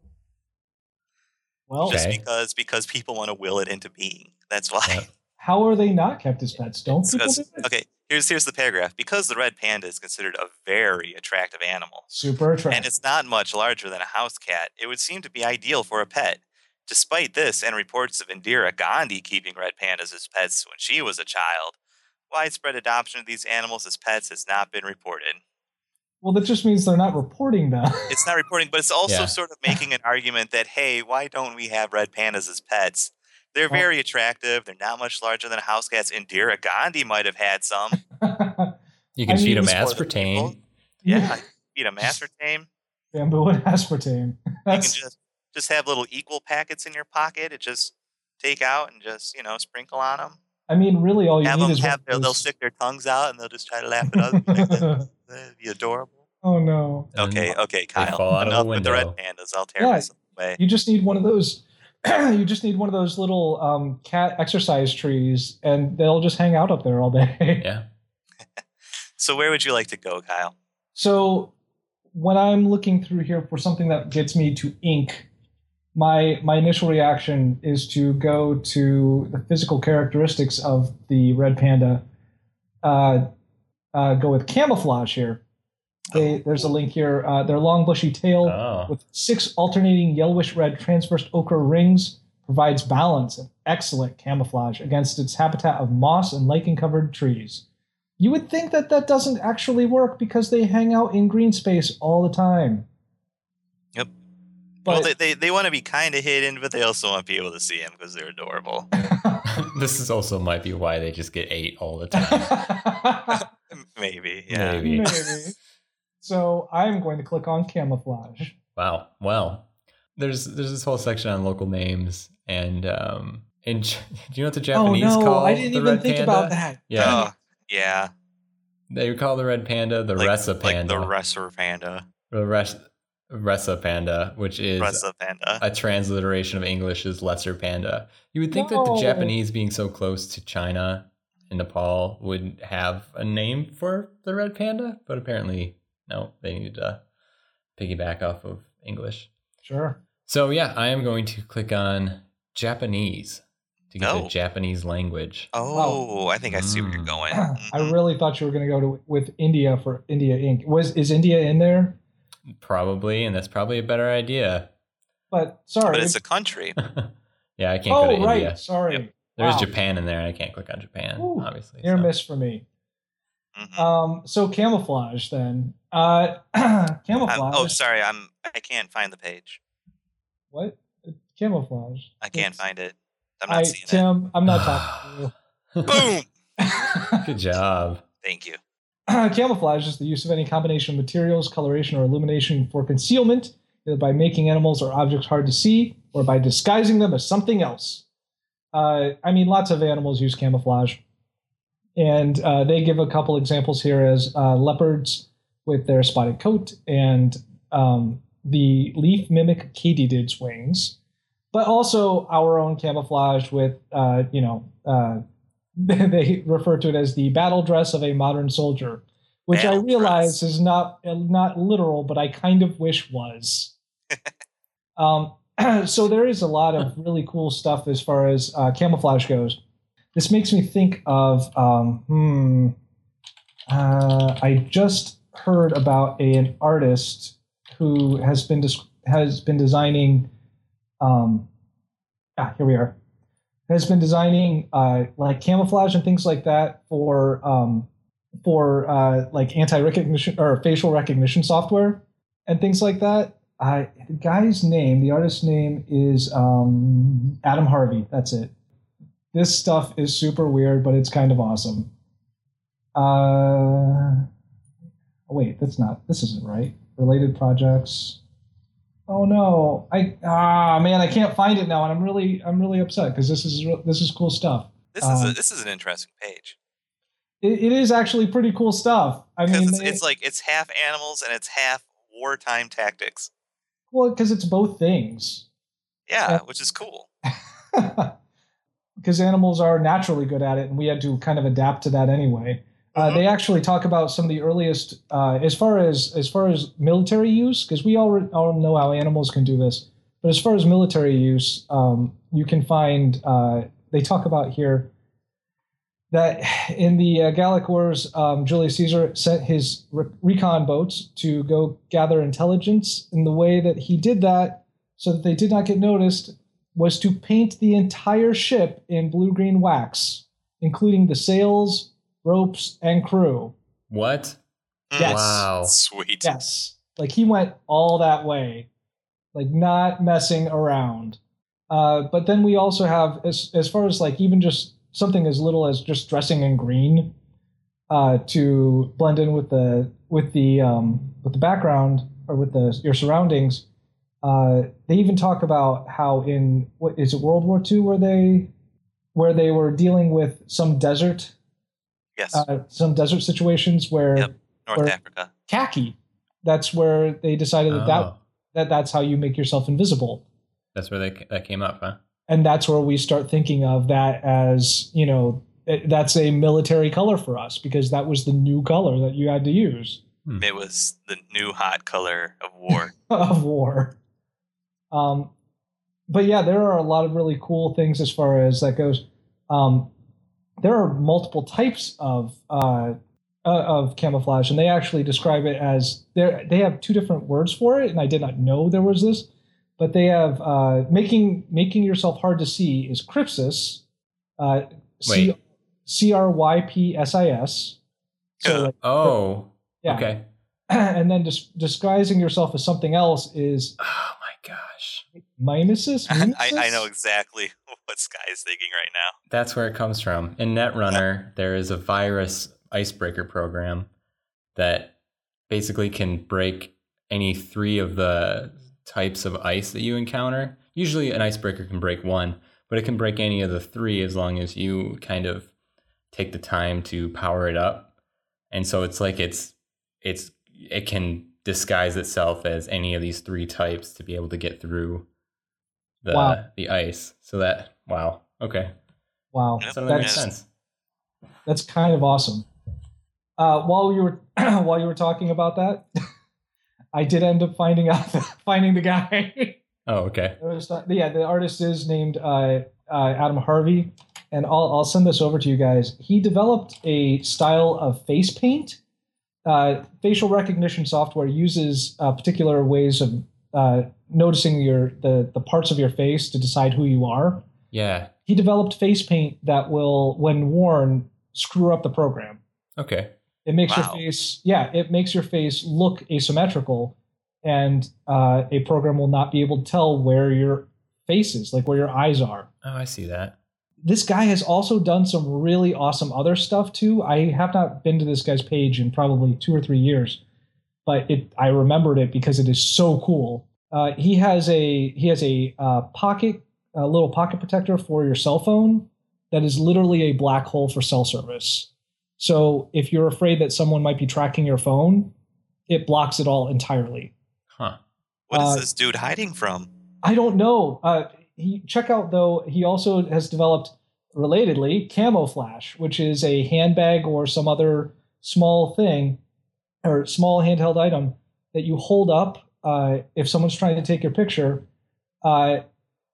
[SPEAKER 3] Well,
[SPEAKER 2] just
[SPEAKER 1] Okay.
[SPEAKER 2] because because people want to will it into being. That's why.
[SPEAKER 1] Yeah.
[SPEAKER 3] how are they not kept as pets? Don't
[SPEAKER 2] So
[SPEAKER 3] people do
[SPEAKER 2] it's-
[SPEAKER 3] it?
[SPEAKER 2] okay, here's here's the paragraph. Because the red panda is considered a very attractive animal,
[SPEAKER 3] Super
[SPEAKER 2] and
[SPEAKER 3] attractive.
[SPEAKER 2] it's not much larger than a house cat, it would seem to be ideal for a pet. Despite this, and reports of Indira Gandhi keeping red pandas as pets when she was a child, widespread adoption of these animals as pets has not been reported.
[SPEAKER 3] Well, that just means they're not reporting them.
[SPEAKER 2] It's not reporting, but it's also
[SPEAKER 1] Yeah.
[SPEAKER 2] sort of making an argument that hey, why don't we have red pandas as pets? They're
[SPEAKER 3] Well-
[SPEAKER 2] very attractive. They're not much larger than house cats. Indira Gandhi might have had some.
[SPEAKER 1] You can
[SPEAKER 3] I mean,
[SPEAKER 1] feed them
[SPEAKER 2] it's for the people.
[SPEAKER 1] aspartame.
[SPEAKER 2] Yeah, feed a master tame.
[SPEAKER 3] Bamboo and aspartame.
[SPEAKER 2] you can
[SPEAKER 3] That's,
[SPEAKER 2] just just have little equal packets in your pocket. It just take out and just you know sprinkle on them.
[SPEAKER 3] I mean, really, all you
[SPEAKER 2] have
[SPEAKER 3] need
[SPEAKER 2] them
[SPEAKER 3] is
[SPEAKER 2] have
[SPEAKER 3] one
[SPEAKER 2] their,
[SPEAKER 3] of
[SPEAKER 2] they'll
[SPEAKER 3] those-
[SPEAKER 2] stick their tongues out and they'll just try to laugh at us. That'd be adorable.
[SPEAKER 3] oh no!
[SPEAKER 1] And
[SPEAKER 2] Okay, okay, Kyle.
[SPEAKER 1] fall out of
[SPEAKER 2] Enough
[SPEAKER 1] a
[SPEAKER 2] with the red
[SPEAKER 1] window.
[SPEAKER 2] pandas. I'll tear
[SPEAKER 3] Yeah.
[SPEAKER 2] this away.
[SPEAKER 3] You just need one of those. you just need one of those little um, cat exercise trees, and they'll just hang out up there all day.
[SPEAKER 1] Yeah.
[SPEAKER 2] So where would you like to go, Kyle?
[SPEAKER 3] So when I'm looking through here for something that gets me to ink, my my initial reaction is to go to the physical characteristics of the red panda. Uh, uh, go with camouflage here. They, there's a link here. Uh, their long bushy tail
[SPEAKER 1] Oh.
[SPEAKER 3] with six alternating yellowish red transversed ochre rings provides balance and excellent camouflage against its habitat of moss and lichen covered trees. You would think that that doesn't actually work because they hang out in green space all the time.
[SPEAKER 2] Yep. well,
[SPEAKER 3] But
[SPEAKER 2] they they, they want to be kind of hidden, but they also want people to see them because they're adorable.
[SPEAKER 1] this is also might be why they just get eight all the time.
[SPEAKER 2] Maybe, yeah.
[SPEAKER 1] Maybe.
[SPEAKER 3] Maybe. So I'm going to click on camouflage.
[SPEAKER 1] Wow. Well, there's there's this whole section on local names and um in Ch- do you know what the Japanese
[SPEAKER 3] oh no,
[SPEAKER 1] call
[SPEAKER 3] I didn't
[SPEAKER 1] the
[SPEAKER 3] even
[SPEAKER 1] red
[SPEAKER 3] think
[SPEAKER 1] panda?
[SPEAKER 3] about that.
[SPEAKER 1] Yeah.
[SPEAKER 2] Oh, yeah.
[SPEAKER 1] They call the red panda the
[SPEAKER 2] Like-
[SPEAKER 1] Ressa
[SPEAKER 2] Like the
[SPEAKER 1] panda.
[SPEAKER 2] Resser Panda.
[SPEAKER 1] the res- Ressa panda, which is
[SPEAKER 2] Ressa Panda.
[SPEAKER 1] a transliteration of English is lesser panda. You would think that
[SPEAKER 3] No.
[SPEAKER 1] the Japanese being so close to China and Nepal would have a name for the red panda, but apparently no, they needed to piggyback off of English.
[SPEAKER 3] Sure.
[SPEAKER 1] So yeah, I am going to click on Japanese to get
[SPEAKER 2] No.
[SPEAKER 1] the Japanese language.
[SPEAKER 2] oh, I think I see where you're
[SPEAKER 1] Mm.
[SPEAKER 2] going.
[SPEAKER 3] I
[SPEAKER 2] Mhm.
[SPEAKER 3] really thought you were going to go to with India for India Inc. Was is India in there?
[SPEAKER 1] Probably, and that's probably a better idea.
[SPEAKER 3] But sorry.
[SPEAKER 2] But it's a country.
[SPEAKER 1] yeah, I can't
[SPEAKER 3] oh
[SPEAKER 1] go to
[SPEAKER 3] right,
[SPEAKER 1] India.
[SPEAKER 3] sorry.
[SPEAKER 2] Yep.
[SPEAKER 1] There's
[SPEAKER 3] Wow.
[SPEAKER 1] Japan in there and I can't click on Japan,
[SPEAKER 3] Ooh,
[SPEAKER 1] obviously.
[SPEAKER 3] Near
[SPEAKER 1] so.
[SPEAKER 3] miss for me.
[SPEAKER 2] Mhm.
[SPEAKER 3] Um, so camouflage then. Uh,
[SPEAKER 2] I'm-
[SPEAKER 3] camouflage.
[SPEAKER 2] oh, sorry. I'm. I can't find the page.
[SPEAKER 3] What? Camouflage.
[SPEAKER 2] I can't
[SPEAKER 3] It's-
[SPEAKER 2] find it. I'm not
[SPEAKER 3] I-
[SPEAKER 2] seeing
[SPEAKER 3] Tim, I'm not talking to
[SPEAKER 2] it. Boom.
[SPEAKER 3] you.
[SPEAKER 1] Good job.
[SPEAKER 2] Thank you.
[SPEAKER 3] camouflage is the use of any combination of materials, coloration, or illumination for concealment, either by making animals or objects hard to see, or by disguising them as something else. Uh, I mean, lots of animals use camouflage, and uh, they give a couple examples here as uh, leopards with their spotted coat and um, the leaf mimic katydid's wings, but also our own camouflage with, uh, you know, uh, they refer to it as the battle dress of a modern soldier, which I
[SPEAKER 2] Battle
[SPEAKER 3] realize
[SPEAKER 2] dress.
[SPEAKER 3] is not uh, not literal, but I kind of wish was. um, so there is a lot of really cool stuff as far as uh, camouflage goes. This makes me think of um, hmm. Uh, I just heard about a- an artist who has been dis- has been designing. Um, ah, here we are. Has been designing uh, like camouflage and things like that for um, for uh, like anti recognition or facial recognition software and things like that. I, the guy's name, the artist's name is um, Adam Harvey. That's it. This stuff is super weird, but it's kind of awesome. Uh, wait, that's not. This isn't right. Related projects. Oh no! I ah man, I can't find it now, and I'm really I'm really upset because this is re- this is cool stuff.
[SPEAKER 2] This is a,
[SPEAKER 3] Um,
[SPEAKER 2] this is an interesting page
[SPEAKER 3] It, it is actually pretty cool stuff. I
[SPEAKER 2] because
[SPEAKER 3] mean,
[SPEAKER 2] it's,
[SPEAKER 3] they-
[SPEAKER 2] it's like it's half animals and it's half wartime tactics.
[SPEAKER 3] well, because it's both things.
[SPEAKER 2] Yeah,
[SPEAKER 3] Yeah.
[SPEAKER 2] which is cool.
[SPEAKER 3] because animals are naturally good at it, and we had to kind of adapt to that anyway. Uh,
[SPEAKER 2] Mhm.
[SPEAKER 3] they actually talk about some of the earliest, uh, as far as as far as military use, because we all, all know how animals can do this. But as far as military use, um, you can find uh, they talk about here that in the uh, Gallic Wars, um, Julius Caesar sent his re- recon boats to go gather intelligence. And the way that he did that, so that they did not get noticed, was to paint the entire ship in blue green wax, including the sails, ropes, and crew.
[SPEAKER 1] What?
[SPEAKER 2] Mm,
[SPEAKER 3] Yes.
[SPEAKER 1] Wow.
[SPEAKER 2] Sweet.
[SPEAKER 3] Yes. Like he went all that way, like not messing around. Uh, but then we also have, as, as far as like even just something as little as just dressing in green uh, to blend in with the with the um, with the background or with the your surroundings. Uh, they even talk about how in what is it World War II where they where they were dealing with some desert,
[SPEAKER 2] Yes,
[SPEAKER 3] uh, some desert situations where
[SPEAKER 2] Yep. North
[SPEAKER 3] or-
[SPEAKER 2] Africa.
[SPEAKER 3] khaki. That's where they decided that, that
[SPEAKER 1] Oh,
[SPEAKER 3] that that's how you make yourself invisible,
[SPEAKER 1] that's where they, that came up, huh?
[SPEAKER 3] and that's where we start thinking of that as you know th- that's a military color for us because that was the new color that you had to use
[SPEAKER 2] It was the new hot color of war.
[SPEAKER 3] of war. Um, but yeah, there are a lot of really cool things as far as that goes. Um, there are multiple types of uh, uh, of camouflage, and they actually describe it as they they have two different words for it, and I did not know there was this. But they have uh, making making yourself hard to see is crypsis, uh, C
[SPEAKER 1] Wait.
[SPEAKER 3] C R Y P S I S. So
[SPEAKER 2] Yeah.
[SPEAKER 3] like,
[SPEAKER 1] Oh,
[SPEAKER 3] yeah,
[SPEAKER 1] okay.
[SPEAKER 3] and then dis- disguising yourself as something else is
[SPEAKER 1] Oh my gosh.
[SPEAKER 3] mimesis.
[SPEAKER 2] I,
[SPEAKER 3] mimesis?
[SPEAKER 2] I know exactly what Sky is thinking right now.
[SPEAKER 1] That's where it comes from. In Netrunner, there is a virus icebreaker program that basically can break any three of the types of ice that you encounter. Usually, an icebreaker can break one, but it can break any of the three as long as you kind of take the time to power it up. And so it's like it's it's it can disguise itself as any of these three types to be able to get through the
[SPEAKER 3] Wow.
[SPEAKER 1] the ice. So that wow. Okay.
[SPEAKER 3] Wow,
[SPEAKER 2] Yep.
[SPEAKER 1] So that makes
[SPEAKER 3] that's
[SPEAKER 1] sense.
[SPEAKER 3] that's kind of awesome. Uh, while you were while you were talking about that, I did end up finding out finding the guy.
[SPEAKER 1] Oh, okay.
[SPEAKER 3] It was not- yeah, the artist is named uh, uh, Adam Harvey, and I'll I'll send this over to you guys. He developed a style of face paint. Uh, facial recognition software uses uh, particular ways of uh, noticing your the the parts of your face to decide who you are.
[SPEAKER 1] Yeah.
[SPEAKER 3] he developed face paint that will, when worn, screw up the program.
[SPEAKER 1] Okay.
[SPEAKER 3] It makes
[SPEAKER 2] Wow.
[SPEAKER 3] your face, yeah, it makes your face look asymmetrical, and uh, a program will not be able to tell where your face is, like where your eyes are.
[SPEAKER 1] Oh, I see that.
[SPEAKER 3] This guy has also done some really awesome other stuff too. I have not been to this guy's page in probably two or three years, but it I remembered it because it is so cool. Uh, he has a he has a uh, pocket a little pocket protector for your cell phone that is literally a black hole for cell service. So if you're afraid that someone might be tracking your phone, it blocks it all entirely.
[SPEAKER 1] Huh.
[SPEAKER 2] What is
[SPEAKER 3] Uh,
[SPEAKER 2] this dude hiding from?
[SPEAKER 3] I don't know. Uh, he, check out though. He also has developed, relatedly, camouflage, which is a handbag or some other small thing or small handheld item that you hold up uh, if someone's trying to take your picture, uh,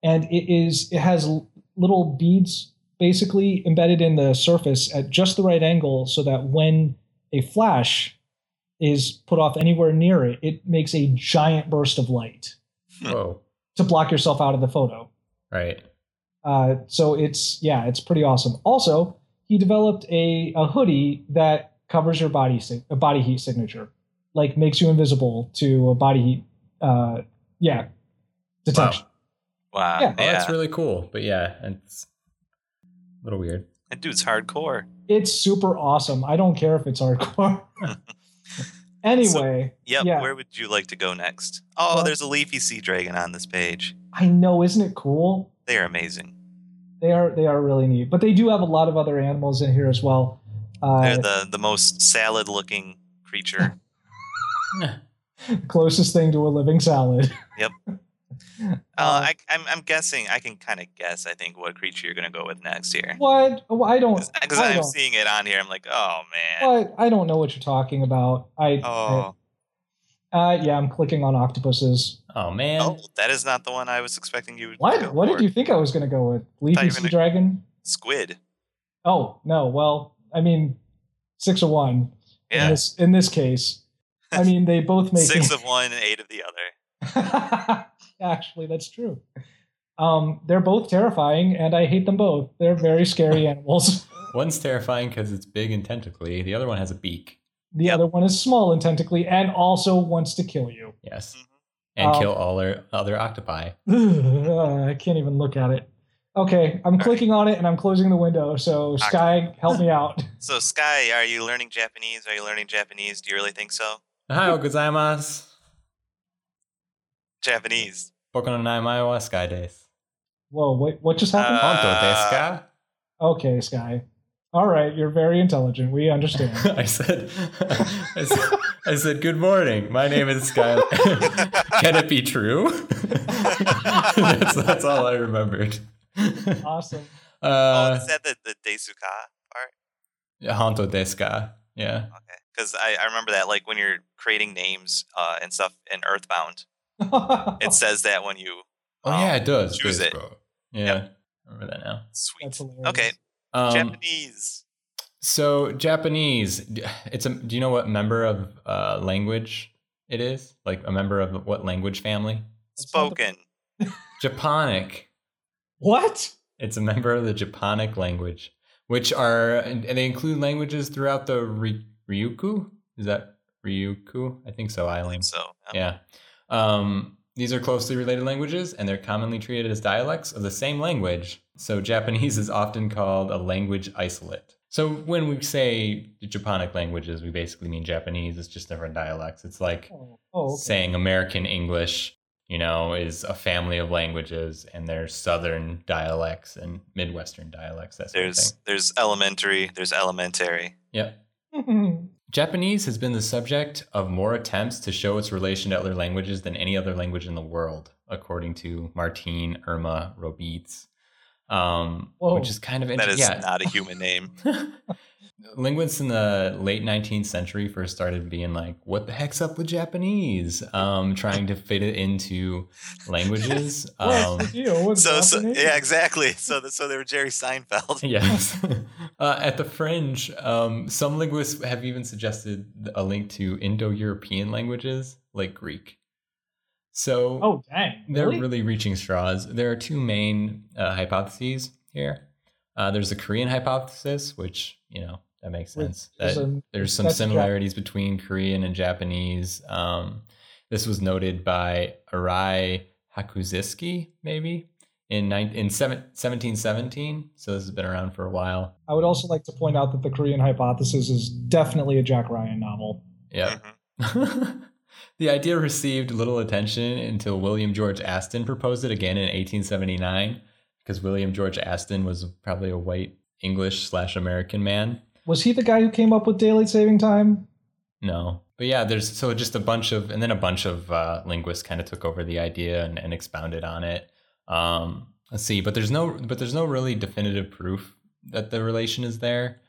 [SPEAKER 3] and it is it has l- little beads basically embedded in the surface at just the right angle so that when a flash is put off anywhere near it, it makes a giant burst of light
[SPEAKER 2] Hmm.
[SPEAKER 1] Whoa.
[SPEAKER 3] to block yourself out of the photo.
[SPEAKER 1] Right. Oh,
[SPEAKER 3] Uh, so it's yeah, it's pretty awesome. Also, he developed a, a hoodie that covers your body sig- a body heat signature, like makes you invisible to a body heat. Uh, yeah, detection.
[SPEAKER 2] Wow.
[SPEAKER 3] yeah. Oh,
[SPEAKER 1] Oh, that's really cool. But yeah, it's a little weird.
[SPEAKER 2] that dude's hardcore.
[SPEAKER 3] It's super awesome. I don't care if it's hardcore. anyway,
[SPEAKER 2] Yep.
[SPEAKER 3] Yeah.
[SPEAKER 2] Where would you like to go next? Oh,
[SPEAKER 3] Well-
[SPEAKER 2] there's a leafy sea dragon on this page.
[SPEAKER 3] I know, isn't it cool?
[SPEAKER 2] They are amazing.
[SPEAKER 3] They are they are really neat, but they do have a lot of other animals in here as well.
[SPEAKER 2] They're
[SPEAKER 3] Uh,
[SPEAKER 2] the the most salad looking creature. Uh,
[SPEAKER 1] Huh.
[SPEAKER 3] closest thing to a living salad.
[SPEAKER 2] Yep. Uh, I, I'm I'm guessing I can kind of guess. I think what creature you're gonna go with next here.
[SPEAKER 3] What? Oh, I don't.
[SPEAKER 2] Because
[SPEAKER 3] I
[SPEAKER 2] I'm
[SPEAKER 3] don't.
[SPEAKER 2] seeing it on here. I'm like, oh man.
[SPEAKER 3] What? I don't know what you're talking about. I.
[SPEAKER 2] Oh,
[SPEAKER 3] I- uh, yeah, I'm clicking on octopuses.
[SPEAKER 1] Oh man.
[SPEAKER 2] oh, that is not the one I was expecting you. would Go
[SPEAKER 3] What? What
[SPEAKER 2] for.
[SPEAKER 3] did you think I was going to go with?
[SPEAKER 2] you
[SPEAKER 3] Leafy
[SPEAKER 2] were
[SPEAKER 3] sea
[SPEAKER 2] gonna-
[SPEAKER 3] dragon?
[SPEAKER 2] Squid.
[SPEAKER 3] Oh no. Well, I mean, six of one. In
[SPEAKER 2] Yeah.
[SPEAKER 3] this, in this case, I mean, they both make
[SPEAKER 2] Six of one and eight of the other.
[SPEAKER 3] Actually, that's true. Um, they're both terrifying, and I hate them both. They're very scary animals.
[SPEAKER 1] One's terrifying because it's big and tentacly. The other one has a beak.
[SPEAKER 3] The
[SPEAKER 2] Yep.
[SPEAKER 3] other one is small and tentacly, and also wants to kill you.
[SPEAKER 1] Yes.
[SPEAKER 2] Mhm.
[SPEAKER 1] And
[SPEAKER 3] Um,
[SPEAKER 1] kill all our other octopi.
[SPEAKER 3] Ugh, I can't even look at it. Okay, I'm clicking on it and I'm closing the window. So
[SPEAKER 2] right.
[SPEAKER 3] Sky, help me out.
[SPEAKER 2] So Sky, are you learning Japanese? Are you learning Japanese? Do you really think so?
[SPEAKER 1] Hi, gozaimasu.
[SPEAKER 2] Japanese.
[SPEAKER 1] Boku no nai mai wa sky des.
[SPEAKER 3] Whoa, wait, what just happened?
[SPEAKER 2] Uh,
[SPEAKER 1] Honto desu ka?
[SPEAKER 3] Okay, Sky. All right, you're very intelligent. We understand.
[SPEAKER 1] I said, I said, I said, good morning. My name is Skylar. Can it be true? that's, that's all I remembered.
[SPEAKER 3] awesome.
[SPEAKER 2] oh,
[SPEAKER 1] Uh,
[SPEAKER 2] is that the, the Desuka part?
[SPEAKER 1] Hanto Deska. Yeah.
[SPEAKER 2] Okay. Because eh, I, I remember that, like, when you're creating names uh, and stuff in Earthbound, it says that when you.
[SPEAKER 1] Oh,
[SPEAKER 2] um,
[SPEAKER 1] yeah, it does.
[SPEAKER 2] choose it.
[SPEAKER 1] Deska. Yeah. I remember that now.
[SPEAKER 2] Sweet.
[SPEAKER 3] That's hilarious.
[SPEAKER 2] Okay.
[SPEAKER 1] Um,
[SPEAKER 2] Japanese.
[SPEAKER 1] So Japanese, d- it's a. Do you know what member of uh, language it is? Like a member of what language family?
[SPEAKER 3] It's not the-
[SPEAKER 2] Spoken.
[SPEAKER 1] Japonic.
[SPEAKER 3] What?
[SPEAKER 1] It's a member of the Japonic language, which are and and they include languages throughout the Ry- Ryukyu. Is that Ryukyu? I think so.
[SPEAKER 2] I believe
[SPEAKER 1] Islands.
[SPEAKER 2] so. yeah.
[SPEAKER 1] Yeah. Um, these are closely related languages, and they're commonly treated as dialects of the same language. So Japanese is often called a language isolate. So when we say Japonic languages, we basically mean Japanese. It's just different dialects. It's like
[SPEAKER 3] Oh, oh, okay.
[SPEAKER 1] saying American English, you know, is a family of languages, and there's Southern dialects and Midwestern dialects. That sort of
[SPEAKER 2] There's
[SPEAKER 1] thing.
[SPEAKER 2] there's elementary. There's elementary.
[SPEAKER 1] Yep. Japanese has been the subject of more attempts to show its relation to other languages than any other language in the world, according to Martine Irma Robitz, um,
[SPEAKER 3] Whoa.
[SPEAKER 1] which is kind of
[SPEAKER 2] That is
[SPEAKER 1] interesting. Yeah,
[SPEAKER 2] not a human name.
[SPEAKER 1] linguists in the late 19th century first started being like what the heck's up with japanese um trying to fit it into languages um
[SPEAKER 3] What's the deal? What's
[SPEAKER 2] So, so
[SPEAKER 3] happening?
[SPEAKER 2] yeah, exactly. So the, so they were Jerry Seinfeld.
[SPEAKER 1] yes uh, at the fringe um some linguists have even suggested a link to indo-european languages like greek so
[SPEAKER 3] Oh dang!
[SPEAKER 1] They're
[SPEAKER 3] really?
[SPEAKER 1] really? reaching straws. There are two main uh, hypotheses here. Uh, there's the Korean hypothesis, which you know that makes
[SPEAKER 3] Which
[SPEAKER 1] sense.
[SPEAKER 3] is
[SPEAKER 1] That-
[SPEAKER 3] a-
[SPEAKER 1] there's some
[SPEAKER 3] that's Jap-
[SPEAKER 1] similarities between Korean and Japanese. Um, this was noted by Arai Hakuziski, maybe in nine in seven, 1717. So this has been around for a while.
[SPEAKER 3] I would also like to point out that the Korean hypothesis is definitely a Jack Ryan novel.
[SPEAKER 1] Yeah.
[SPEAKER 2] Mhm.
[SPEAKER 1] the idea received little attention until William George Aston proposed it again in 1879, because William George Aston was probably a white English slash American man.
[SPEAKER 3] Was he the guy who came up with daylight saving time?
[SPEAKER 1] No, but yeah, there's so just a bunch of, and then a bunch of uh, linguists kind of took over the idea and, and expounded on it. Um, let's see, but there's no, but there's no really definitive proof that the relation is there.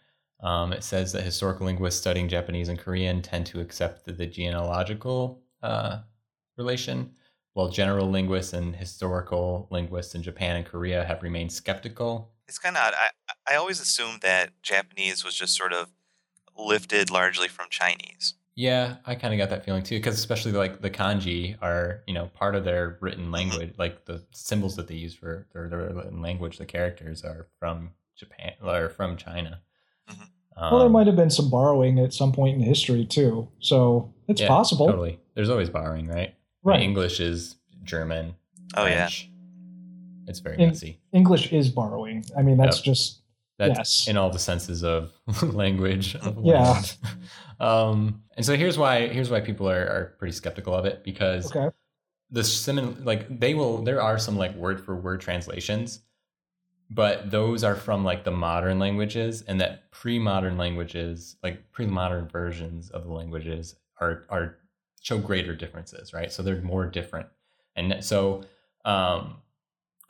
[SPEAKER 1] Um, it says that historical linguists studying Japanese and Korean tend to accept the, the genealogical uh, relation, while general linguists and historical linguists in Japan and Korea have remained skeptical.
[SPEAKER 2] It's kind of odd. I I always assumed that Japanese was just sort of lifted largely from Chinese.
[SPEAKER 1] Yeah, I kind of got that feeling too, because especially like the kanji are, you know, part of their written language. Like the symbols that they use for their, their written language, the characters are from Japan or from China.
[SPEAKER 2] Mhm.
[SPEAKER 1] Um,
[SPEAKER 3] well, there might have been some borrowing at some point in history too, so it's
[SPEAKER 1] yeah,
[SPEAKER 3] possible,
[SPEAKER 1] Totally, there's always borrowing, right? I mean,
[SPEAKER 3] right?
[SPEAKER 1] English is German.
[SPEAKER 2] Oh yeah.
[SPEAKER 1] French. it's very
[SPEAKER 3] In-
[SPEAKER 1] messy.
[SPEAKER 3] English is borrowing. I mean, that's
[SPEAKER 1] Yep.
[SPEAKER 3] just
[SPEAKER 1] That's
[SPEAKER 3] yes.
[SPEAKER 1] in all the senses of language. of the
[SPEAKER 3] Yeah.
[SPEAKER 1] world. um, and so here's why here's why people are, are pretty skeptical of it because
[SPEAKER 3] Okay.
[SPEAKER 1] the simon like they will there are some like word for word translations but those are from like the modern languages and that pre-modern languages like pre-modern versions of the languages are are show greater differences right so they're more different and so um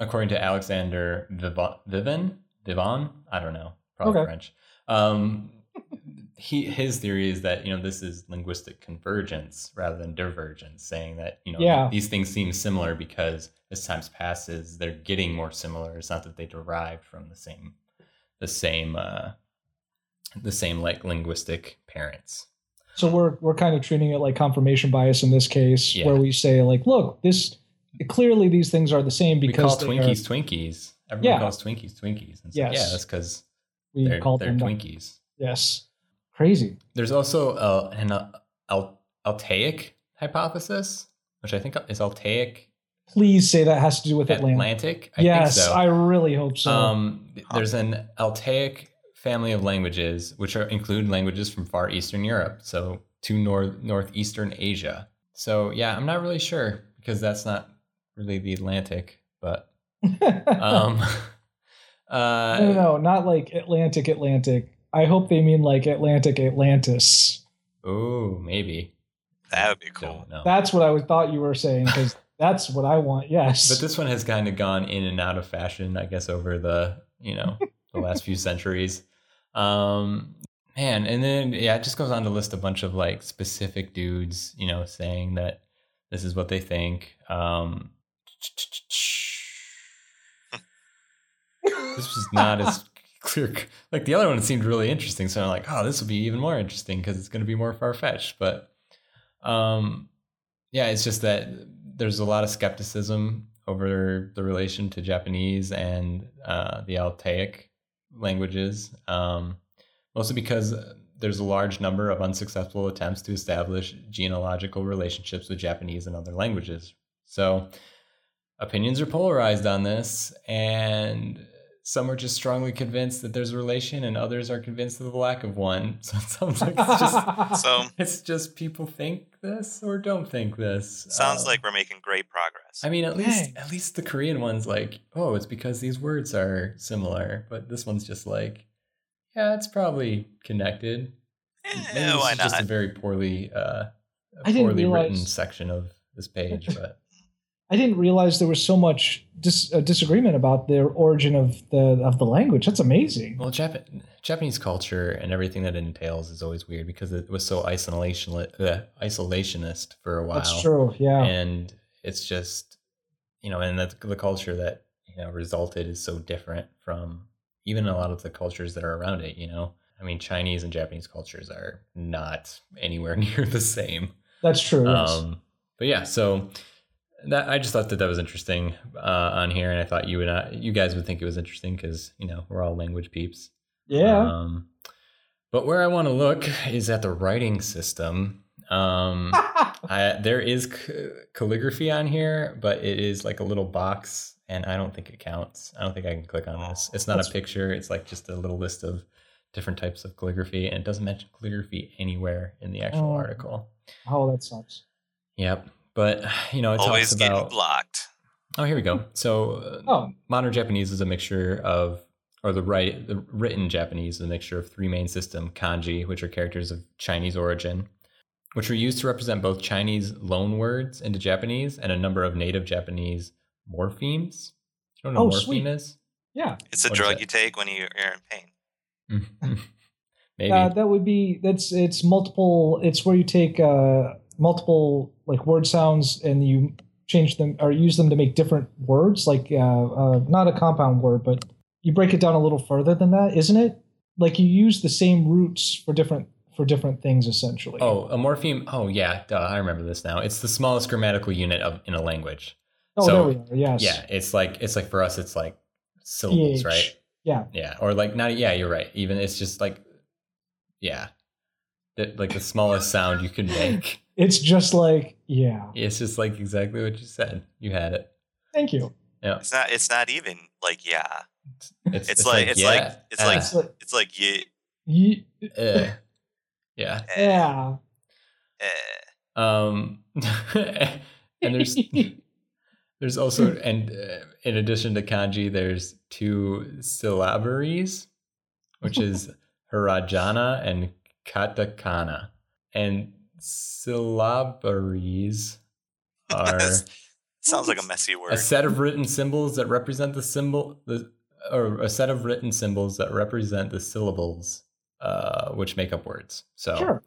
[SPEAKER 1] according to alexander Viva- vivin vivon i don't know probably
[SPEAKER 3] Okay.
[SPEAKER 1] french um he his theory is that you know this is linguistic convergence rather than divergence saying that you know
[SPEAKER 3] Yeah.
[SPEAKER 1] these things seem similar because as time passes they're getting more similar it's not that they derived from the same the same uh the same like linguistic parents
[SPEAKER 3] So we're we're kind of treating it like confirmation bias in this case,
[SPEAKER 1] Yeah.
[SPEAKER 3] where we say like, look, this clearly these things are the same because
[SPEAKER 1] we call
[SPEAKER 3] they are-
[SPEAKER 1] twinkies twinkies everyone
[SPEAKER 3] Yeah.
[SPEAKER 1] calls twinkies twinkies and so, yeah
[SPEAKER 3] Yes.
[SPEAKER 1] that's because
[SPEAKER 3] we
[SPEAKER 1] they're,
[SPEAKER 3] call
[SPEAKER 1] they're
[SPEAKER 3] them that.
[SPEAKER 1] twinkies
[SPEAKER 3] yes, crazy.
[SPEAKER 1] There's also uh, an uh, Al- Altaic hypothesis, which I think is Altaic
[SPEAKER 3] Please say that has to do with Atlantic.
[SPEAKER 1] Atlantic. I
[SPEAKER 3] yes,
[SPEAKER 1] think so.
[SPEAKER 3] I really hope so.
[SPEAKER 1] um, th- there's an Altaic family of languages, which are, include languages from far Eastern Europe, so to north northeastern Asia. So yeah, I'm not really sure because that's not really the Atlantic, but um, Uh,
[SPEAKER 3] no, no, no, not like Atlantic, Atlantic. I hope they mean like Atlantic, Atlantis.
[SPEAKER 1] Oh, maybe.
[SPEAKER 2] That would be cool.
[SPEAKER 1] Don't know.
[SPEAKER 3] That's what I was, thought you were saying because that's what I want. Yes.
[SPEAKER 1] But this one has kind of gone in and out of fashion, I guess, over the you know the last few centuries. Um, man, and then yeah, it just goes on to list a bunch of like specific dudes, you know, saying that this is what they think. Um, this was not as clear. Like the other one seemed really interesting, so I'm like, oh, this will be even more interesting because it's going to be more far fetched. But um, yeah, it's just that there's a lot of skepticism over the relation to Japanese and uh, the Altaic languages, um, mostly because there's a large number of unsuccessful attempts to establish genealogical relationships with Japanese and other languages. So opinions are polarized on this, and some are just strongly convinced that there's a relation, and others are convinced of the lack of one. So it sounds like it's just
[SPEAKER 2] So
[SPEAKER 1] it's just people think this or don't think this.
[SPEAKER 2] sounds
[SPEAKER 1] Uh,
[SPEAKER 2] like we're making great progress.
[SPEAKER 1] I mean, at least
[SPEAKER 3] Dang.
[SPEAKER 1] at least the Korean one's like, oh, it's because these words are similar, but this one's just like, yeah, it's probably connected. Maybe
[SPEAKER 2] Eh,
[SPEAKER 1] this
[SPEAKER 2] why
[SPEAKER 1] is just
[SPEAKER 2] not?
[SPEAKER 1] a very poorly uh, a
[SPEAKER 3] I didn't
[SPEAKER 1] poorly
[SPEAKER 3] realize-
[SPEAKER 1] written section of this page, but
[SPEAKER 3] I didn't realize there was so much dis- uh, disagreement about the origin of the of the language. That's amazing.
[SPEAKER 1] well, Jap- Japanese culture and everything that it entails is always weird because it was so isolation uh, isolationist for a while.
[SPEAKER 3] That's true. Yeah.
[SPEAKER 1] and it's just you know and the, the culture that you know resulted is so different from even a lot of the cultures that are around it you know i mean chinese and japanese cultures are not anywhere near the same
[SPEAKER 3] That's true. yes.
[SPEAKER 1] um but yeah so that i just thought that that was interesting uh on here and i thought you would not you guys would think it was interesting because you know we're all language peeps
[SPEAKER 3] yeah.
[SPEAKER 1] um but where i want to look is at the writing system um I, there is c- calligraphy on here, but it is like a little box, and I don't think it counts. I don't think I can click on this. It's not a
[SPEAKER 3] Oh, That's-
[SPEAKER 1] picture. It's like just a little list of different types of calligraphy, and it doesn't mention calligraphy anywhere in the actual
[SPEAKER 3] Oh.
[SPEAKER 1] article.
[SPEAKER 3] oh, that sucks.
[SPEAKER 1] Yep. But you know, it
[SPEAKER 2] Always
[SPEAKER 1] talks
[SPEAKER 2] getting
[SPEAKER 1] about.
[SPEAKER 2] blocked.
[SPEAKER 1] Oh, here we go. So uh,
[SPEAKER 3] Oh,
[SPEAKER 1] modern Japanese is a mixture of, or the, write, the written Japanese is a mixture of three main system kanji, which are characters of Chinese origin, which are used to represent both Chinese loan words into Japanese and a number of native Japanese morphemes. I don't know
[SPEAKER 3] Oh,
[SPEAKER 1] what morpheme
[SPEAKER 3] sweet.
[SPEAKER 1] is.
[SPEAKER 3] yeah.
[SPEAKER 2] It's a
[SPEAKER 1] What is
[SPEAKER 2] drug
[SPEAKER 1] it?
[SPEAKER 2] you take when you- you're in pain.
[SPEAKER 1] Maybe.
[SPEAKER 3] Uh, that would be that's it's multiple. It's where you take uh, multiple like word sounds and you change them or use them to make different words. Like uh, uh, not a compound word, but you break it down a little further than that, isn't it? Like you use the same roots for different for different things essentially.
[SPEAKER 1] oh, a morpheme. Oh, yeah. Duh, I remember this now. It's the smallest grammatical unit of in a language.
[SPEAKER 3] Oh,
[SPEAKER 1] So-
[SPEAKER 3] there we are. Yes.
[SPEAKER 1] Yeah, it's like it's like for us, it's like syllables,
[SPEAKER 3] PH.
[SPEAKER 1] right?
[SPEAKER 3] Yeah.
[SPEAKER 1] yeah, or like not. Yeah, you're right. Even it's just like, yeah, The- like the smallest sound you can make.
[SPEAKER 3] It's just like, yeah.
[SPEAKER 1] It's just like exactly what you said. You had it.
[SPEAKER 3] Thank you.
[SPEAKER 1] Yeah,
[SPEAKER 2] It's not. It's not even like yeah.
[SPEAKER 1] it's,
[SPEAKER 2] It's like- it's like- it's like-
[SPEAKER 3] It's like,
[SPEAKER 2] It's like yeah.
[SPEAKER 3] ye-
[SPEAKER 1] uh, uh, yeah.
[SPEAKER 3] yeah.
[SPEAKER 2] eh.
[SPEAKER 1] Um, and there's there's also and uh, in addition to kanji, there's two syllabaries, which is hiragana and katakana, and syllabaries are
[SPEAKER 2] Sounds like a messy word.
[SPEAKER 1] a set of written symbols that represent the symbol the or a set of written symbols that represent the syllables uh, which make up words. So
[SPEAKER 3] Sure.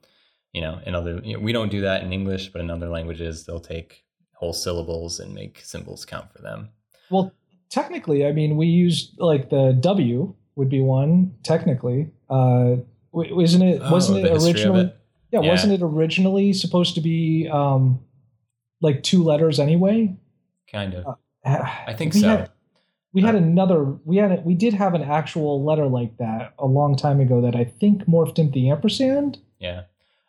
[SPEAKER 1] you know, in other, you know, we don't do that in English, but in other languages, they'll take whole syllables and make symbols count for them.
[SPEAKER 3] Well, technically, I mean, we used like the W would be one technically. Uh, w- wasn't it?
[SPEAKER 1] Oh,
[SPEAKER 3] wasn't it
[SPEAKER 1] history of
[SPEAKER 3] originally? Yeah,
[SPEAKER 1] Yeah.
[SPEAKER 3] Wasn't it originally supposed to be um, like two letters anyway?
[SPEAKER 1] Kind of.
[SPEAKER 3] Uh,
[SPEAKER 1] I think
[SPEAKER 3] we
[SPEAKER 1] so.
[SPEAKER 3] Had, we had another. We had. A, we did have an actual letter like that a long time ago that I think morphed into the ampersand.
[SPEAKER 1] yeah.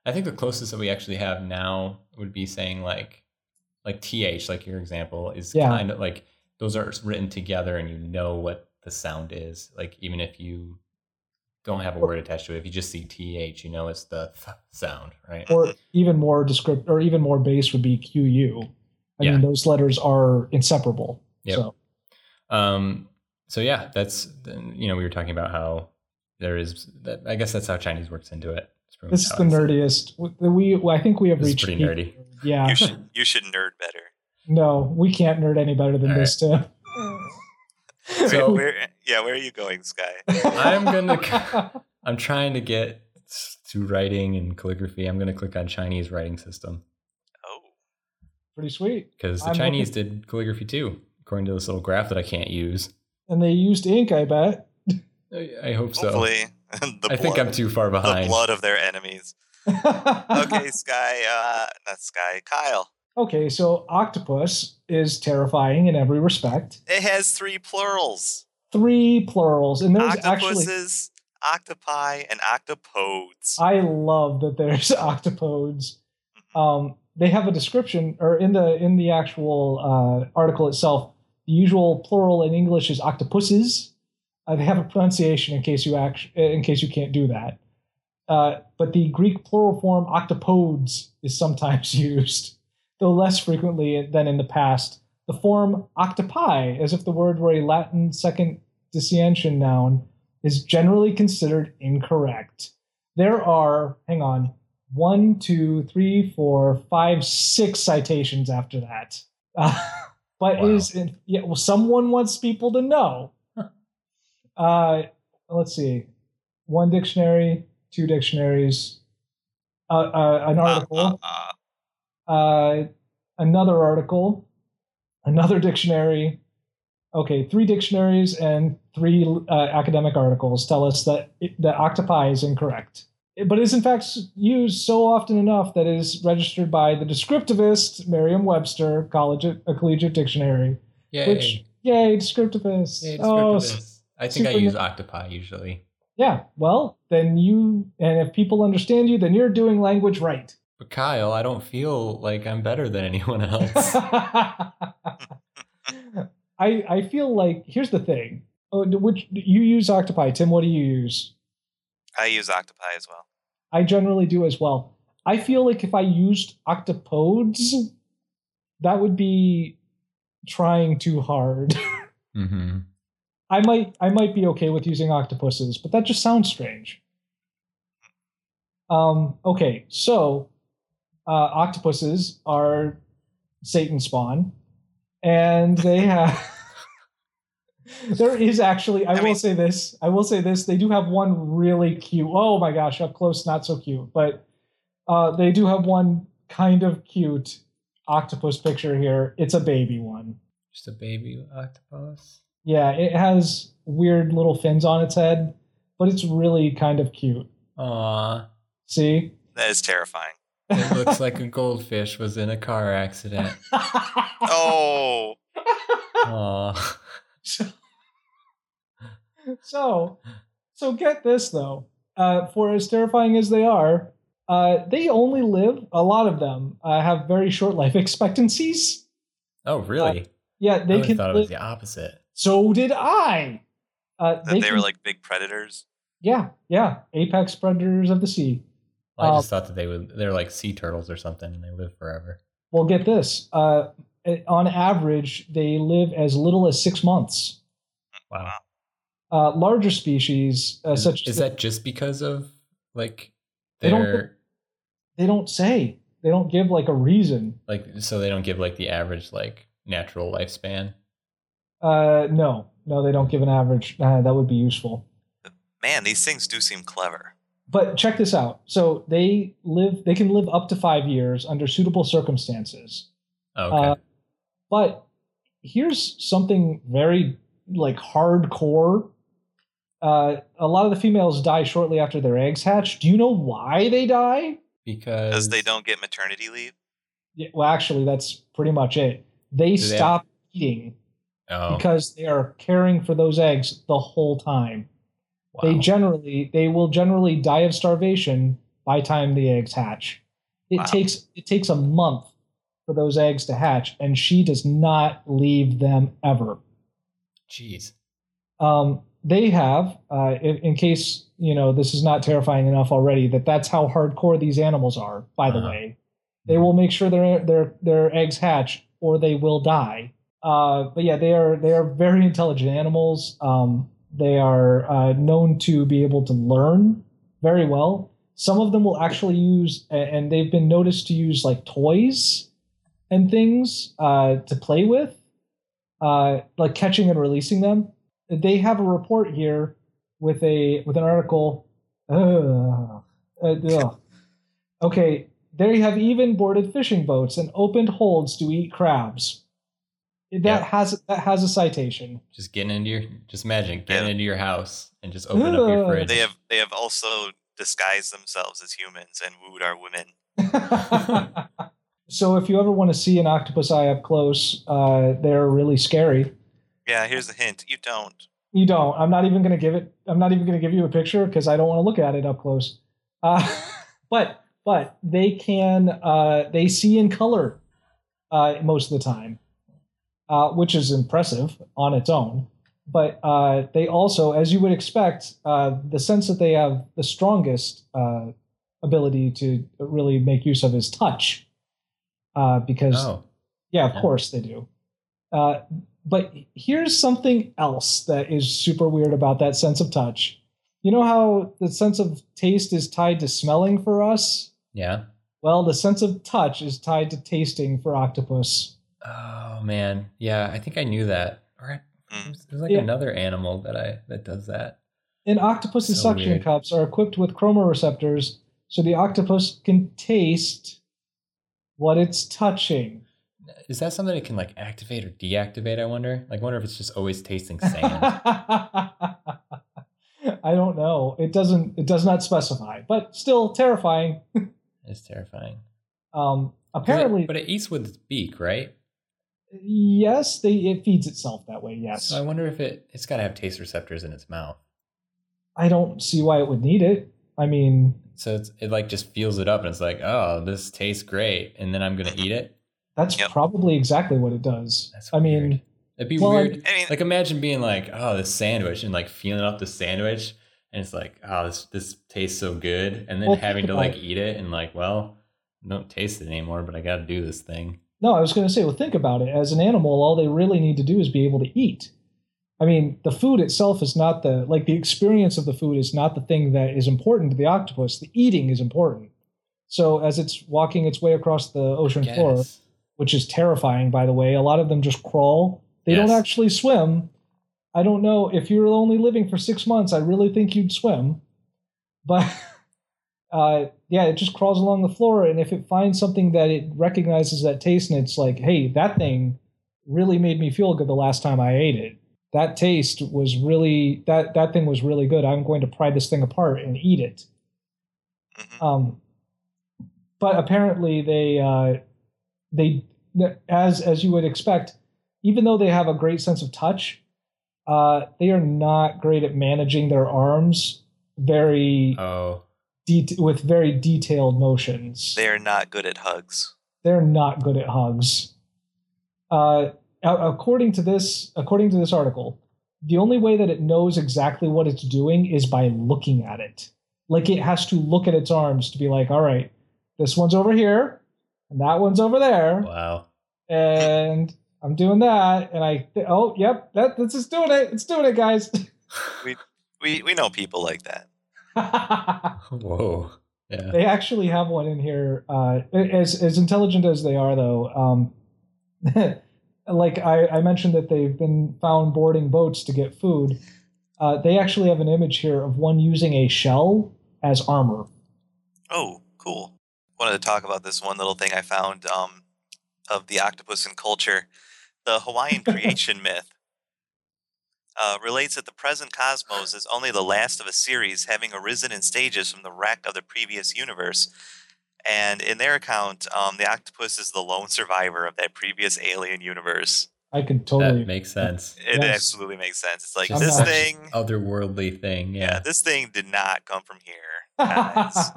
[SPEAKER 1] I think the closest that we actually have now would be saying like, like th, like your example is
[SPEAKER 3] Yeah.
[SPEAKER 1] kind of like those are written together, and you know what the sound is. Like even if you don't have a word attached to it, if you just see th, you know it's the th sound, right?
[SPEAKER 3] or even more descript or even more base would be QU. I
[SPEAKER 1] Yeah.
[SPEAKER 3] mean, those letters are inseparable.
[SPEAKER 1] Yep.
[SPEAKER 3] So
[SPEAKER 1] Um, so yeah, that's you know we were talking about how there is. That, I guess that's how Chinese works into it. It's pretty
[SPEAKER 3] This
[SPEAKER 1] much
[SPEAKER 3] is the
[SPEAKER 1] how it's-
[SPEAKER 3] nerdiest. We, we I think we have
[SPEAKER 1] This is
[SPEAKER 3] reached.
[SPEAKER 1] pretty
[SPEAKER 3] peak-
[SPEAKER 1] nerdy.
[SPEAKER 3] Yeah.
[SPEAKER 2] You should you should nerd better.
[SPEAKER 3] No, we can't nerd any better than
[SPEAKER 1] All
[SPEAKER 3] this, Tim.
[SPEAKER 1] So-
[SPEAKER 2] where, yeah, where are you going, Sky?
[SPEAKER 1] I'm gonna- I'm trying to get to writing and calligraphy. I'm going to click on Chinese writing system
[SPEAKER 2] Oh,
[SPEAKER 3] Pretty sweet.
[SPEAKER 1] because the
[SPEAKER 3] I'm
[SPEAKER 1] Chinese did calligraphy too, according to this little graph that I can't use.
[SPEAKER 3] And they used ink, I bet.
[SPEAKER 1] I, I hope so.
[SPEAKER 2] hopefully the
[SPEAKER 1] I
[SPEAKER 2] blood,
[SPEAKER 1] think I'm too far
[SPEAKER 2] the
[SPEAKER 1] behind.
[SPEAKER 2] blood of their enemies. Okay, Sky, uh, not Sky, Kyle.
[SPEAKER 3] Okay, so octopus is terrifying in every respect.
[SPEAKER 2] It has three plurals:
[SPEAKER 3] Three plurals, and there's actually.
[SPEAKER 2] octopuses, octopi, and octopodes.
[SPEAKER 3] I love that there's octopodes. Um, they have a description, or in the in the actual uh, article itself, the usual plural in English is octopuses. Uh, they have a pronunciation in case you act, in case you can't do that. Uh, but the Greek plural form octopodes is sometimes used, though less frequently than in the past. The form octopi, as if the word were a Latin second dissension noun, is generally considered incorrect there are hang on one two three four five six citations after that Uh, but
[SPEAKER 1] Wow.
[SPEAKER 3] it is it, yeah well someone wants people to know uh let's see one dictionary two dictionaries uh, uh an
[SPEAKER 2] Uh,
[SPEAKER 3] article
[SPEAKER 2] uh, uh.
[SPEAKER 3] uh, another article, another dictionary. Okay, three dictionaries and three uh, academic articles tell us that that octopi is incorrect, It- but is in fact s- used so often enough that it is registered by the descriptivist Merriam-Webster College a Collegiate Dictionary.
[SPEAKER 1] Yay.
[SPEAKER 3] Which, yay, descriptivist!
[SPEAKER 1] Yay,
[SPEAKER 3] oh,
[SPEAKER 1] descriptivist.
[SPEAKER 3] s-
[SPEAKER 1] I think I
[SPEAKER 3] super
[SPEAKER 1] use octopi usually.
[SPEAKER 3] yeah. Well, then you and if people understand you, then you're doing language right.
[SPEAKER 1] But Kyle, I don't feel like I'm better than anyone else.
[SPEAKER 3] I I feel like here's the thing. Oh, d- which you use Octopi, Tim? What do you use?
[SPEAKER 2] I use octopi as well.
[SPEAKER 3] I generally do as well. I feel like if I used Octopodes, that would be trying too hard.
[SPEAKER 1] mm-hmm.
[SPEAKER 3] I might I might be okay with using octopuses, but that just sounds strange. Um, okay, so uh, octopuses are Satan spawn, and they have. there is actually I,
[SPEAKER 2] I
[SPEAKER 3] will
[SPEAKER 2] mean-
[SPEAKER 3] say this I will say this they do have one really cute oh my gosh up close not so cute but uh, they do have one kind of cute octopus picture here it's a baby one
[SPEAKER 1] Just a baby octopus.
[SPEAKER 3] yeah, it has weird little fins on its head, but it's really kind of cute.
[SPEAKER 1] Aw,
[SPEAKER 3] See?
[SPEAKER 2] That is terrifying.
[SPEAKER 1] it looks like a goldfish was in a car accident.
[SPEAKER 2] Oh,
[SPEAKER 1] Aw.
[SPEAKER 3] so, so get this though. Uh, for as terrifying as they are, uh, they only live. A lot of them uh, have very short life expectancies.
[SPEAKER 1] Oh, really?
[SPEAKER 3] Yeah,
[SPEAKER 1] I
[SPEAKER 3] they
[SPEAKER 1] would've
[SPEAKER 3] can.
[SPEAKER 1] thought it
[SPEAKER 3] live-
[SPEAKER 1] was the opposite.
[SPEAKER 3] so did I. Uh,
[SPEAKER 2] that they
[SPEAKER 3] can-
[SPEAKER 2] were like big predators.
[SPEAKER 3] yeah, yeah, apex predators of the sea.
[SPEAKER 1] I just thought that they would. They're like sea turtles or something, and they live forever.
[SPEAKER 3] Well, get this. Uh, on average, they live as little as six months.
[SPEAKER 1] Wow.
[SPEAKER 3] uh, larger species uh,
[SPEAKER 1] is,
[SPEAKER 3] such as
[SPEAKER 1] is that just because of like
[SPEAKER 3] They don't
[SPEAKER 1] their
[SPEAKER 3] they don't say they don't give like a reason
[SPEAKER 1] like so they don't give like the average like natural lifespan?
[SPEAKER 3] uh, no no they don't give an average uh, that would be useful
[SPEAKER 2] Man, these things do seem clever.
[SPEAKER 3] but check this out so they live they can live up to five years under suitable circumstances
[SPEAKER 1] Oh, okay.
[SPEAKER 3] Uh, but here's something very like hardcore uh, a lot of the females die shortly after their eggs hatch do you know why they die
[SPEAKER 1] because
[SPEAKER 2] Because they don't get maternity leave.
[SPEAKER 3] Yeah, well actually that's pretty much it they
[SPEAKER 1] they have-
[SPEAKER 3] stop eating
[SPEAKER 1] Oh,
[SPEAKER 3] because they are caring for those eggs the whole time.
[SPEAKER 1] wow.
[SPEAKER 3] They generally they will generally die of starvation by time the eggs hatch. It
[SPEAKER 2] Wow.
[SPEAKER 3] takes it takes a month for those eggs to hatch, and she does not leave them ever.
[SPEAKER 1] Jeez.
[SPEAKER 3] Um, they have, uh, in, in case you know this is not terrifying enough already, that that's how hardcore these animals are. By the
[SPEAKER 1] Uh-huh.
[SPEAKER 3] way, they will make sure their their their eggs hatch, or they will die. Uh, but yeah, they are they are very intelligent animals. Um, they are uh, known to be able to learn very well. Some of them will actually use, a- and they've been noticed to use like toys and things uh, to play with, uh, like catching and releasing them. They have a report here with a with an article. Ugh. Uh, ugh. Okay, they have even boarded fishing boats and opened holds to eat crabs. That
[SPEAKER 1] Yeah.
[SPEAKER 3] has that has a citation.
[SPEAKER 1] Just getting into your, just imagine getting
[SPEAKER 2] Yeah.
[SPEAKER 1] into your house and just opening up your
[SPEAKER 3] Ugh.
[SPEAKER 1] fridge.
[SPEAKER 2] They have they have also disguised themselves as humans and wooed our women.
[SPEAKER 3] so if you ever want to see an octopus eye up close, uh, they're really scary.
[SPEAKER 2] Yeah, here's a hint. You don't.
[SPEAKER 3] You don't. I'm not even going to give it. I'm not even going to give you a picture because I don't want to look at it up close. Uh, but but they can. Uh, they see in color uh, most of the time, uh, which is impressive on its own. But uh, they also, as you would expect, uh, the sense that they have the strongest uh, ability to really make use of is touch, uh, because
[SPEAKER 1] oh,
[SPEAKER 3] Yeah, of
[SPEAKER 1] Yeah.
[SPEAKER 3] course they do. Uh, but here's something else that is super weird about that sense of touch. You know how the sense of taste is tied to smelling for us?
[SPEAKER 1] yeah.
[SPEAKER 3] Well, the sense of touch is tied to tasting for octopus.
[SPEAKER 1] Oh man, yeah. I think I knew that. Or I- there's like
[SPEAKER 3] Yeah.
[SPEAKER 1] another animal that I that does that.
[SPEAKER 3] And octopus's
[SPEAKER 1] So
[SPEAKER 3] suction
[SPEAKER 1] weird.
[SPEAKER 3] cups are equipped with chromoreceptors, so the octopus can taste what it's touching.
[SPEAKER 1] Is that something it can like activate or deactivate? I wonder. Like, I wonder if it's just always tasting sand.
[SPEAKER 3] I don't know. It doesn't. It does not specify, but still terrifying.
[SPEAKER 1] it's terrifying.
[SPEAKER 3] Um,
[SPEAKER 1] 'Cause it-
[SPEAKER 3] apparently,
[SPEAKER 1] but it eats with its beak, right?
[SPEAKER 3] yes, they it feeds itself that way. Yes,
[SPEAKER 1] So I wonder if it it's got to have taste receptors in its mouth.
[SPEAKER 3] I don't see why it would need it. I mean,
[SPEAKER 1] So it's, it like just feels it up and it's like, oh, this tastes great, and then I'm gonna eat it.
[SPEAKER 3] that's
[SPEAKER 2] Yep.
[SPEAKER 3] probably exactly what it does.
[SPEAKER 1] That's
[SPEAKER 3] I mean,
[SPEAKER 1] weird. It'd be
[SPEAKER 3] well,
[SPEAKER 1] weird.
[SPEAKER 2] I mean,
[SPEAKER 1] Like imagine being like, oh, this sandwich, and like feeling up the sandwich, and it's like, oh, this this tastes so good, and then
[SPEAKER 3] Well,
[SPEAKER 1] having
[SPEAKER 3] think
[SPEAKER 1] to
[SPEAKER 3] about
[SPEAKER 1] like
[SPEAKER 3] it.
[SPEAKER 1] eat it and like, well, I don't taste it anymore, but I got to do this thing.
[SPEAKER 3] no, I was going to say, well, think about it. As an animal, all they really need to do is be able to eat. I mean, the food itself is not the like the experience of the food is not the thing that is important to the octopus. The eating is important. So as it's walking its way across the ocean floor,
[SPEAKER 1] Yes.
[SPEAKER 3] which is terrifying, by the way. A lot of them just crawl. They don't
[SPEAKER 1] Yes.
[SPEAKER 3] actually swim. I don't know if you're only living for six months. I really think you'd swim, but uh, yeah, it just crawls along the floor, and if it finds something that it recognizes that taste, and it's like, hey, that thing really made me feel good the last time I ate it. That taste was really that that thing was really good. I'm going to pry this thing apart and eat it.
[SPEAKER 2] mhm.
[SPEAKER 3] Um, but apparently they uh, they as as you would expect, even though they have a great sense of touch, uh, they are not great at managing their arms very
[SPEAKER 1] Oh,
[SPEAKER 3] det- with very detailed motions.
[SPEAKER 2] they're not good at hugs.
[SPEAKER 3] They're not good at hugs. Uh, a- according to this according to this article, the only way that it knows exactly what it's doing is by looking at it. Like it has to look at its arms to be like, all right, this one's over here, and that one's over there,
[SPEAKER 1] wow.
[SPEAKER 3] and I'm doing that, and I th- oh yep, that this is doing it, it's doing it, guys.
[SPEAKER 2] We we know people like that.
[SPEAKER 1] Whoa. Yeah.
[SPEAKER 3] they actually have one in here. Uh, as as intelligent as they are, though, um, like I, I mentioned that they've been found boarding boats to get food. Uh, they actually have an image here of one using a shell as armor.
[SPEAKER 2] Oh, cool. Wanted to talk about this one little thing I found um, of the octopus and culture. The Hawaiian creation myth uh, relates that the present cosmos is only the last of a series having arisen in stages from the wreck of the previous universe. And in their account, um, the octopus is the lone survivor of that previous alien universe.
[SPEAKER 3] I can
[SPEAKER 1] That
[SPEAKER 3] totally.
[SPEAKER 1] makes sense.
[SPEAKER 2] It
[SPEAKER 3] Yes.
[SPEAKER 2] absolutely makes sense. It's like
[SPEAKER 1] Just
[SPEAKER 2] this
[SPEAKER 3] such-
[SPEAKER 2] thing,
[SPEAKER 1] Otherworldly thing.
[SPEAKER 2] yeah,
[SPEAKER 1] Oh, Yeah.
[SPEAKER 2] this thing did not come from here. guys.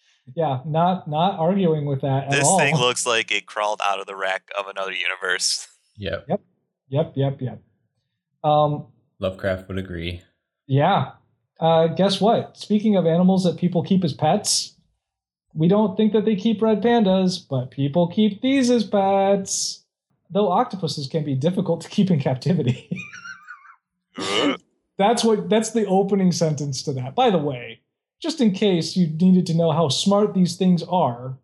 [SPEAKER 3] yeah, not not arguing with that at
[SPEAKER 2] this
[SPEAKER 3] all.
[SPEAKER 2] thing looks like it crawled out of the wreck of another universe.
[SPEAKER 1] Yep.
[SPEAKER 3] yep, yep, yep. Um,
[SPEAKER 1] Lovecraft would agree.
[SPEAKER 3] Yeah. Uh, guess what? Speaking of animals that people keep as pets, we don't think that they keep red pandas, but people keep these as pets. though octopuses can be difficult to keep in captivity.
[SPEAKER 2] Mm-hmm.
[SPEAKER 3] that's what that's the opening sentence to that. By the way, just in case you needed to know how smart these things are,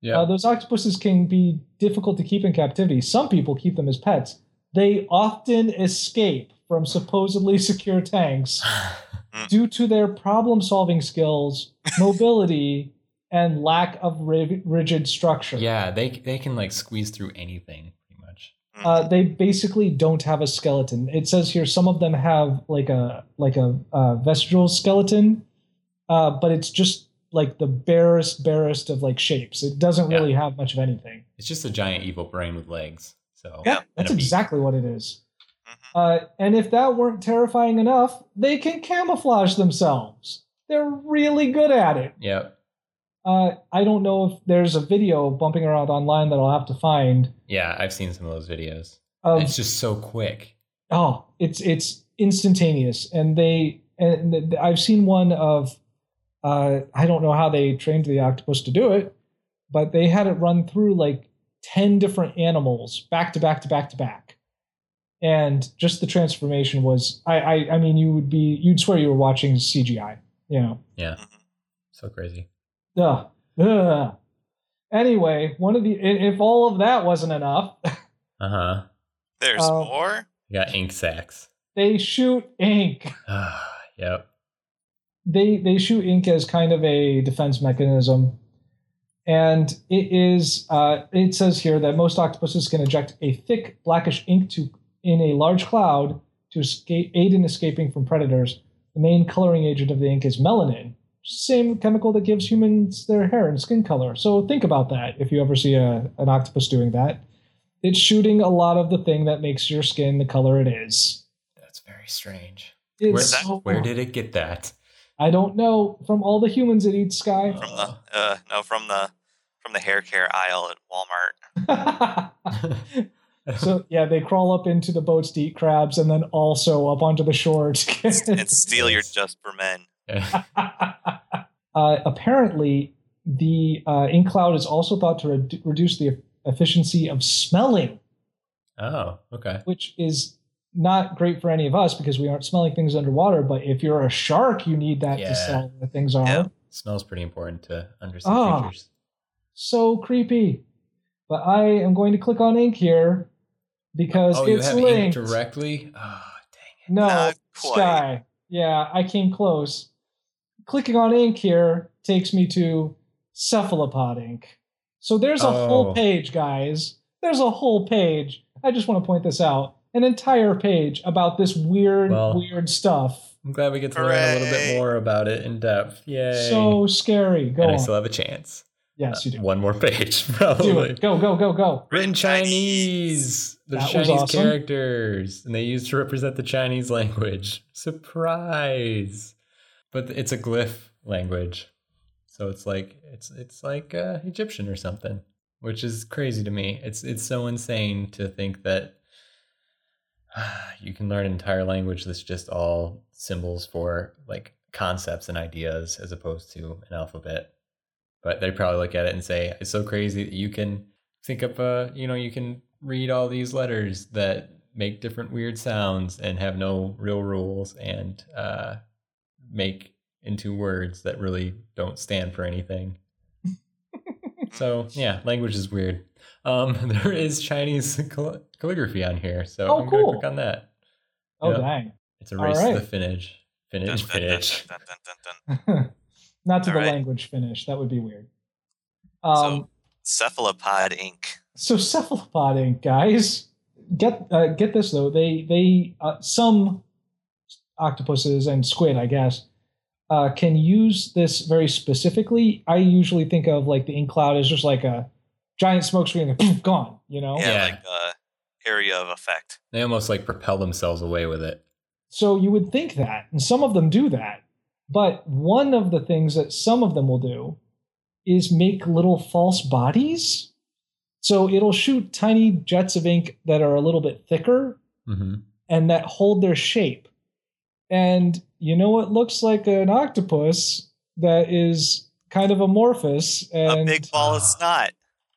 [SPEAKER 1] Yeah.
[SPEAKER 3] uh, those octopuses can be difficult to keep in captivity. Some people keep them as pets. They often escape from supposedly secure tanks due to their problem solving skills, mobility, and lack of ri- rigid structure.
[SPEAKER 1] yeah, they they can like squeeze through anything pretty much.
[SPEAKER 3] Uh, they basically don't have a skeleton. It says here some of them have like a like a uh, vestigial skeleton, uh, but it's just like the barest barest of like shapes. It doesn't
[SPEAKER 1] Yeah.
[SPEAKER 3] really have much of anything.
[SPEAKER 1] It's just a giant evil brain with legs. So
[SPEAKER 2] Yeah,
[SPEAKER 1] and a
[SPEAKER 3] that's
[SPEAKER 1] beak.
[SPEAKER 3] exactly what it is.
[SPEAKER 2] Mhm.
[SPEAKER 3] Uh, and if that weren't terrifying enough, they can camouflage themselves. They're really good at it.
[SPEAKER 1] Yep.
[SPEAKER 3] Uh, I don't know if there's a video bumping around online that I'll have to find
[SPEAKER 1] Yeah, I've seen some of those videos.
[SPEAKER 3] of
[SPEAKER 1] it's just so quick.
[SPEAKER 3] oh it's it's instantaneous and they and th- th- i've seen one of uh i don't know how they trained the octopus to do it but they had it run through like 10 different animals back to back to back to back and just the transformation was i i, I mean you would be you'd swear you were watching cgi you know
[SPEAKER 2] Mm-hmm.
[SPEAKER 1] Yeah. So crazy.
[SPEAKER 3] Ugh. Ugh. anyway one of the i- if all of that wasn't enough
[SPEAKER 1] Uh huh.
[SPEAKER 2] There's
[SPEAKER 3] Uh,
[SPEAKER 2] more.
[SPEAKER 1] You got ink sacs.
[SPEAKER 3] they shoot ink
[SPEAKER 1] yep.
[SPEAKER 3] they they shoot ink as kind of a defense mechanism and it is uh, it says here that most octopuses can eject a thick blackish ink to in a large cloud to escape, aid in escaping from predators the main coloring agent of the ink is melanin same chemical that gives humans their hair and skin color so think about that if you ever see a, an octopus doing that it's shooting a lot of the thing that makes your skin the color it is
[SPEAKER 1] That's very strange.
[SPEAKER 3] it's
[SPEAKER 1] Where,
[SPEAKER 3] so-
[SPEAKER 1] where did it get that?
[SPEAKER 3] i don't know from all the humans it eats sky
[SPEAKER 2] From the uh, no from the from the hair care aisle at Walmart.
[SPEAKER 1] Uh.
[SPEAKER 3] so yeah, they crawl up into the boats to eat crabs, and then also up onto the shore. To get
[SPEAKER 2] and steal your
[SPEAKER 1] Yes.
[SPEAKER 2] just for men.
[SPEAKER 3] uh, apparently, the uh, ink cloud is also thought to redu- reduce the efficiency of smelling,
[SPEAKER 1] oh, okay.
[SPEAKER 3] which is not great for any of us because we aren't smelling things underwater. But if you're a shark, you need that
[SPEAKER 1] Yeah.
[SPEAKER 3] to smell where things are.
[SPEAKER 2] Yeah.
[SPEAKER 1] Smells pretty important to understand
[SPEAKER 3] Ah.
[SPEAKER 1] creatures.
[SPEAKER 3] So creepy. But I am going to click on ink here because
[SPEAKER 1] Oh, you
[SPEAKER 3] it's
[SPEAKER 1] have ink
[SPEAKER 3] linked.
[SPEAKER 1] directly? Oh, dang
[SPEAKER 3] No,
[SPEAKER 2] Not quite.
[SPEAKER 3] Sky. Yeah, I came close. Clicking on ink here takes me to cephalopod ink. So there's a
[SPEAKER 1] Oh.
[SPEAKER 3] whole page, guys. There's a whole page. I just want to point this out. An entire page about this weird,
[SPEAKER 1] Well.
[SPEAKER 3] weird stuff.
[SPEAKER 1] it. I'm glad we get to learn a little bit
[SPEAKER 2] Hooray.
[SPEAKER 1] more about it in depth. Yay.
[SPEAKER 3] So scary. Go
[SPEAKER 1] and I
[SPEAKER 3] on.
[SPEAKER 1] still have a chance.
[SPEAKER 3] Yes, you do.
[SPEAKER 1] One more page,
[SPEAKER 3] do
[SPEAKER 1] probably.
[SPEAKER 3] it. Go, go, go, go.
[SPEAKER 1] Written Chinese. They're
[SPEAKER 3] That was
[SPEAKER 1] Chinese
[SPEAKER 3] awesome.
[SPEAKER 1] characters, and they used to represent the Chinese language. Surprise! But it's a glyph language, so it's like it's it's like uh, Egyptian or something, which is crazy to me. It's it's so insane to think that you can learn an entire language that's just all symbols for like concepts and ideas as opposed to an alphabet. But they probably look at it and say, "It's so crazy that you can." think up uh you know you can read all these letters that make different weird sounds and have no real rules and uh make into words that really don't stand for anything so yeah language is weird um there is chinese cal- calligraphy on here so
[SPEAKER 3] Oh,
[SPEAKER 1] i'm
[SPEAKER 3] cool.
[SPEAKER 1] gonna click on that
[SPEAKER 3] Oh,
[SPEAKER 1] Yeah.
[SPEAKER 3] dang.
[SPEAKER 1] it's a
[SPEAKER 3] All
[SPEAKER 1] race
[SPEAKER 3] right.
[SPEAKER 1] to the finish
[SPEAKER 2] Dun,
[SPEAKER 1] finish
[SPEAKER 2] dun, dun,
[SPEAKER 1] finish
[SPEAKER 2] dun, dun, dun, dun.
[SPEAKER 3] Not to
[SPEAKER 2] All
[SPEAKER 3] the
[SPEAKER 2] right.
[SPEAKER 3] language finish. That would be weird. Um,
[SPEAKER 2] Cephalopod Inc.
[SPEAKER 3] So cephalopod ink, guys. Get uh, get this though. They they uh, some octopuses and squid, I guess, uh, can use this very specifically. I usually think of like the ink cloud as just like a giant smoke screen, and poof, gone. You know.
[SPEAKER 2] Yeah,
[SPEAKER 1] Yeah.
[SPEAKER 2] like uh, area of effect.
[SPEAKER 1] they almost like propel themselves away with it
[SPEAKER 3] So you would think that, and some of them do that. But one of the things that some of them will do is make little false bodies. So it'll shoot tiny jets of ink that are a little bit thicker
[SPEAKER 1] mm-hmm.
[SPEAKER 3] and that hold their shape. And you know what looks like an octopus that is kind of amorphous and
[SPEAKER 2] a big ball of
[SPEAKER 1] Ah.
[SPEAKER 2] snot.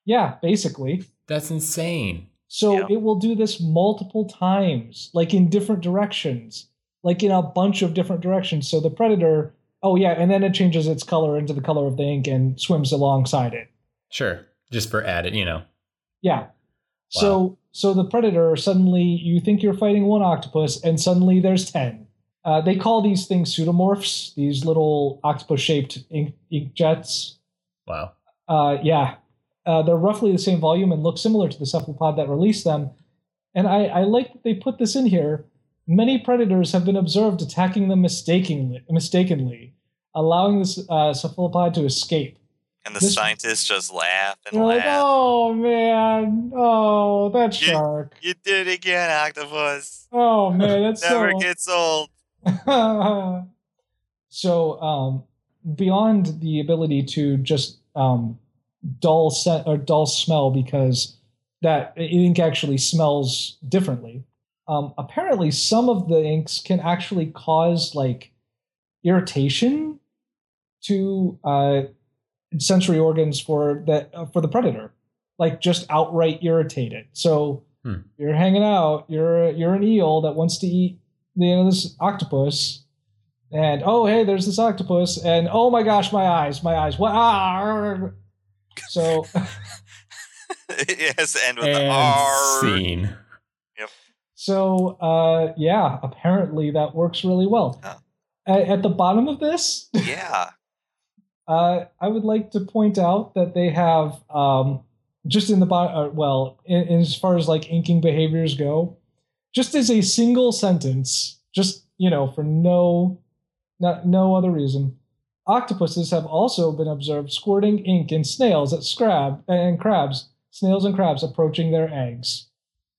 [SPEAKER 3] yeah, basically.
[SPEAKER 1] that's insane
[SPEAKER 3] So
[SPEAKER 2] Yeah.
[SPEAKER 3] it will do this multiple times, like in different directions, like in a bunch of different directions. So the predator, oh yeah, and then it changes its color into the color of the ink and swims alongside it.
[SPEAKER 1] Sure. Just for added, you know.
[SPEAKER 3] Yeah. So so the predator suddenly you think you're fighting one octopus and suddenly there's ten. Uh, they call these things pseudomorphs, these little octopus-shaped ink, ink jets.
[SPEAKER 1] Wow.
[SPEAKER 3] Uh, yeah, uh, they're roughly the same volume and look similar to the cephalopod that released them. And I, I like that they put this in here. Many predators have been observed attacking them mistakenly, mistakenly allowing this uh, cephalopod to escape.
[SPEAKER 2] And the
[SPEAKER 3] This-
[SPEAKER 2] scientists just laugh and
[SPEAKER 3] You're like,
[SPEAKER 2] laugh.
[SPEAKER 3] oh man, oh that
[SPEAKER 2] You-
[SPEAKER 3] shark,
[SPEAKER 2] You did it again, octopus.
[SPEAKER 3] oh man, that's
[SPEAKER 2] Never
[SPEAKER 3] so.
[SPEAKER 2] gets old.
[SPEAKER 3] so um, beyond the ability to just um, dull scent or dull smell because that ink actually smells differently um, apparently some of the inks can actually cause like irritation to uh, sensory organs for that uh, for the predator like just outright irritate it so
[SPEAKER 1] Hmm.
[SPEAKER 3] you're hanging out you're you're an eel that wants to eat you know this octopus and oh hey there's this octopus and oh my gosh my eyes my eyes what ah! so
[SPEAKER 2] it has to end with the
[SPEAKER 1] And
[SPEAKER 2] R.
[SPEAKER 1] scene.
[SPEAKER 3] so uh yeah apparently that works really well
[SPEAKER 2] Oh.
[SPEAKER 3] A- at the bottom of this
[SPEAKER 2] Yeah.
[SPEAKER 3] Uh, I would like to point out that they have um, just in the bottom. Uh, well, in, in as far as like inking behaviors go, just as a single sentence, just you know, for no, not no other reason. Octopuses have also been observed squirting ink in snails at scrab and crabs, snails and crabs approaching their eggs.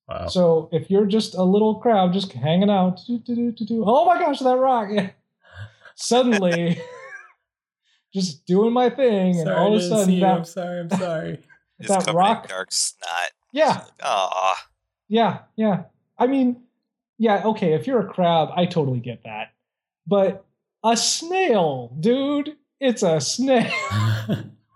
[SPEAKER 1] Wow.
[SPEAKER 3] So if you're just a little crab just hanging out, do, do, do, do, do, oh my gosh, that rock! Suddenly, just doing my thing, and all of a sudden,
[SPEAKER 1] I'm
[SPEAKER 3] that,
[SPEAKER 1] sorry. I'm sorry.
[SPEAKER 2] It's
[SPEAKER 3] that
[SPEAKER 2] covered
[SPEAKER 3] rock,
[SPEAKER 2] in dark snot.
[SPEAKER 3] yeah,
[SPEAKER 2] Aw.
[SPEAKER 3] yeah, yeah. I mean, yeah, okay. If you're a crab, I totally get that, but a snail, dude, it's a snail.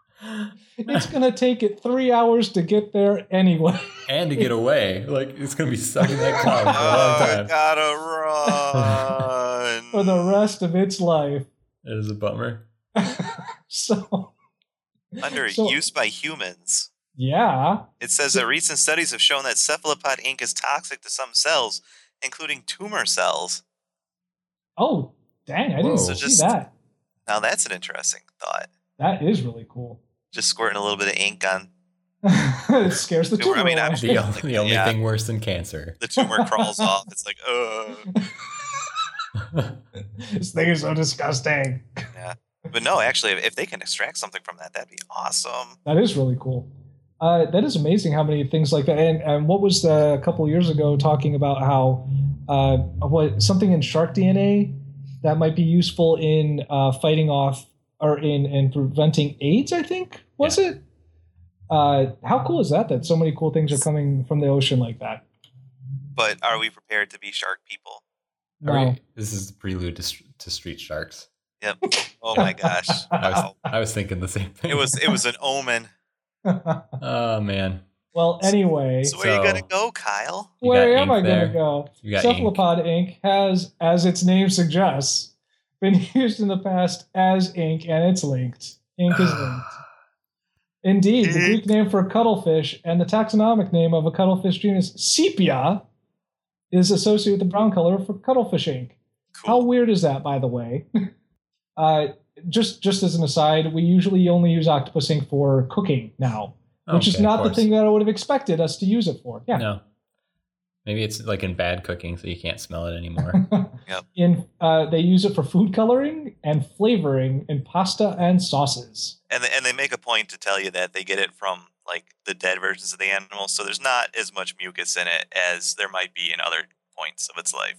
[SPEAKER 3] It's gonna take it three hours to get there anyway.
[SPEAKER 1] and to get away, like it's gonna be sucking that cloud for a long time.
[SPEAKER 2] Oh, gotta run.
[SPEAKER 3] For the rest of its life.
[SPEAKER 1] It is a bummer.
[SPEAKER 3] so,
[SPEAKER 2] Under
[SPEAKER 3] so-
[SPEAKER 2] use by humans.
[SPEAKER 3] yeah.
[SPEAKER 2] It says that recent studies have shown that cephalopod ink is toxic to some cells, including tumor cells.
[SPEAKER 3] Oh, dang! I
[SPEAKER 1] Whoa.
[SPEAKER 3] didn't
[SPEAKER 1] So
[SPEAKER 3] see
[SPEAKER 2] just-
[SPEAKER 3] that.
[SPEAKER 2] Now that's an interesting thought.
[SPEAKER 3] That is really cool.
[SPEAKER 2] Just squirting a little bit of ink on
[SPEAKER 3] it scares the
[SPEAKER 2] Dude,
[SPEAKER 3] tumor
[SPEAKER 2] I mean,
[SPEAKER 3] away.
[SPEAKER 2] I'm-
[SPEAKER 1] The, o- the only
[SPEAKER 2] Yeah.
[SPEAKER 1] thing worse than cancer.
[SPEAKER 2] the tumor crawls off. It's like, oh.
[SPEAKER 3] this thing is so disgusting.
[SPEAKER 2] But no, actually, if they can extract something from that, that'd be awesome.
[SPEAKER 3] That is really cool. Uh, that is amazing how many things like that. And, and what was the, a couple years ago talking about how uh, what something in shark DNA that might be useful in uh, fighting off or in in preventing AIDS? I think was it. Uh, how cool is that? That so many cool things are coming from the ocean like that.
[SPEAKER 2] But are we prepared to be shark people?
[SPEAKER 1] Are we- this is the prelude to, str- to Street Sharks.
[SPEAKER 2] Oh my gosh!
[SPEAKER 1] I was,
[SPEAKER 2] Wow.
[SPEAKER 1] I was thinking the same thing.
[SPEAKER 2] It was it was an omen.
[SPEAKER 3] No.
[SPEAKER 1] Oh man,
[SPEAKER 3] well, anyway.
[SPEAKER 2] So where you
[SPEAKER 1] So-
[SPEAKER 2] gonna go, Kyle?
[SPEAKER 1] You
[SPEAKER 3] Where
[SPEAKER 1] got
[SPEAKER 3] am
[SPEAKER 1] ink
[SPEAKER 3] I going
[SPEAKER 1] there.
[SPEAKER 3] to go?
[SPEAKER 1] you got ink.
[SPEAKER 3] Cephalopod ink. has, as its name suggests, been used in the past as ink, and it's linked. Ink is linked. Indeed, the Greek name for cuttlefish and the taxonomic name of a cuttlefish genus, sepia, is associated with the brown color for cuttlefish ink. How
[SPEAKER 2] Cool.
[SPEAKER 3] weird is that, by the way? uh, just just as an aside, we usually only use octopus ink for cooking now, which is
[SPEAKER 1] Okay, of
[SPEAKER 3] not the
[SPEAKER 1] course.
[SPEAKER 3] thing that I would have expected us to use it for. Yeah.
[SPEAKER 1] No, maybe it's like in bad cooking, so you can't smell it anymore.
[SPEAKER 2] Yep.
[SPEAKER 3] In uh, they use it for food coloring and flavoring in pasta and sauces.
[SPEAKER 2] And they, and they make a point to tell you that they get it from like the dead versions of the animals, so there's not as much mucus in it as there might be in other points of its life.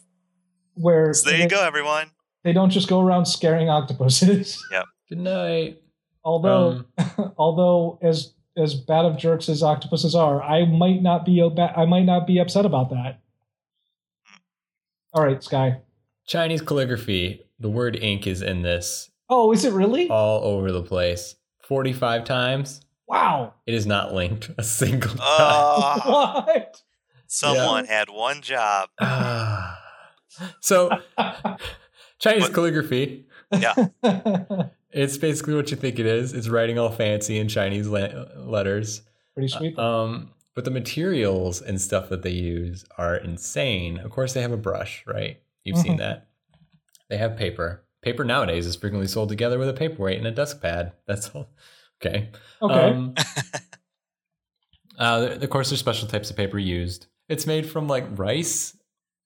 [SPEAKER 3] Where
[SPEAKER 2] So there
[SPEAKER 3] they,
[SPEAKER 2] you go, everyone.
[SPEAKER 3] they don't just go around scaring octopuses.
[SPEAKER 1] Good night.
[SPEAKER 3] although,
[SPEAKER 1] Um,
[SPEAKER 3] although as as bad of jerks as octopuses are, I might not be oba- I might not be upset about that. All right, Sky.
[SPEAKER 1] Chinese calligraphy. The word ink is in this Uh,
[SPEAKER 3] Oh, is it really?
[SPEAKER 1] all over the place. Forty-five times.
[SPEAKER 3] Wow.
[SPEAKER 1] It is not linked a single time.
[SPEAKER 2] Oh,
[SPEAKER 3] What?
[SPEAKER 2] someone had one job.
[SPEAKER 1] Ah. so Chinese
[SPEAKER 2] What-
[SPEAKER 1] calligraphy,
[SPEAKER 3] Pretty
[SPEAKER 1] it's basically what you think it is. It's writing all fancy in Chinese le- letters.
[SPEAKER 3] sweet.
[SPEAKER 1] Um, but the materials and stuff that they use are insane. Of course, they have a brush, right? You've seen
[SPEAKER 3] Mhm.
[SPEAKER 1] that. They have paper. Paper nowadays is frequently sold together with a paperweight and a desk pad. That's all. Okay.
[SPEAKER 3] okay.
[SPEAKER 1] Um, uh, th- of course, there's special types of paper used. It's made from like rice,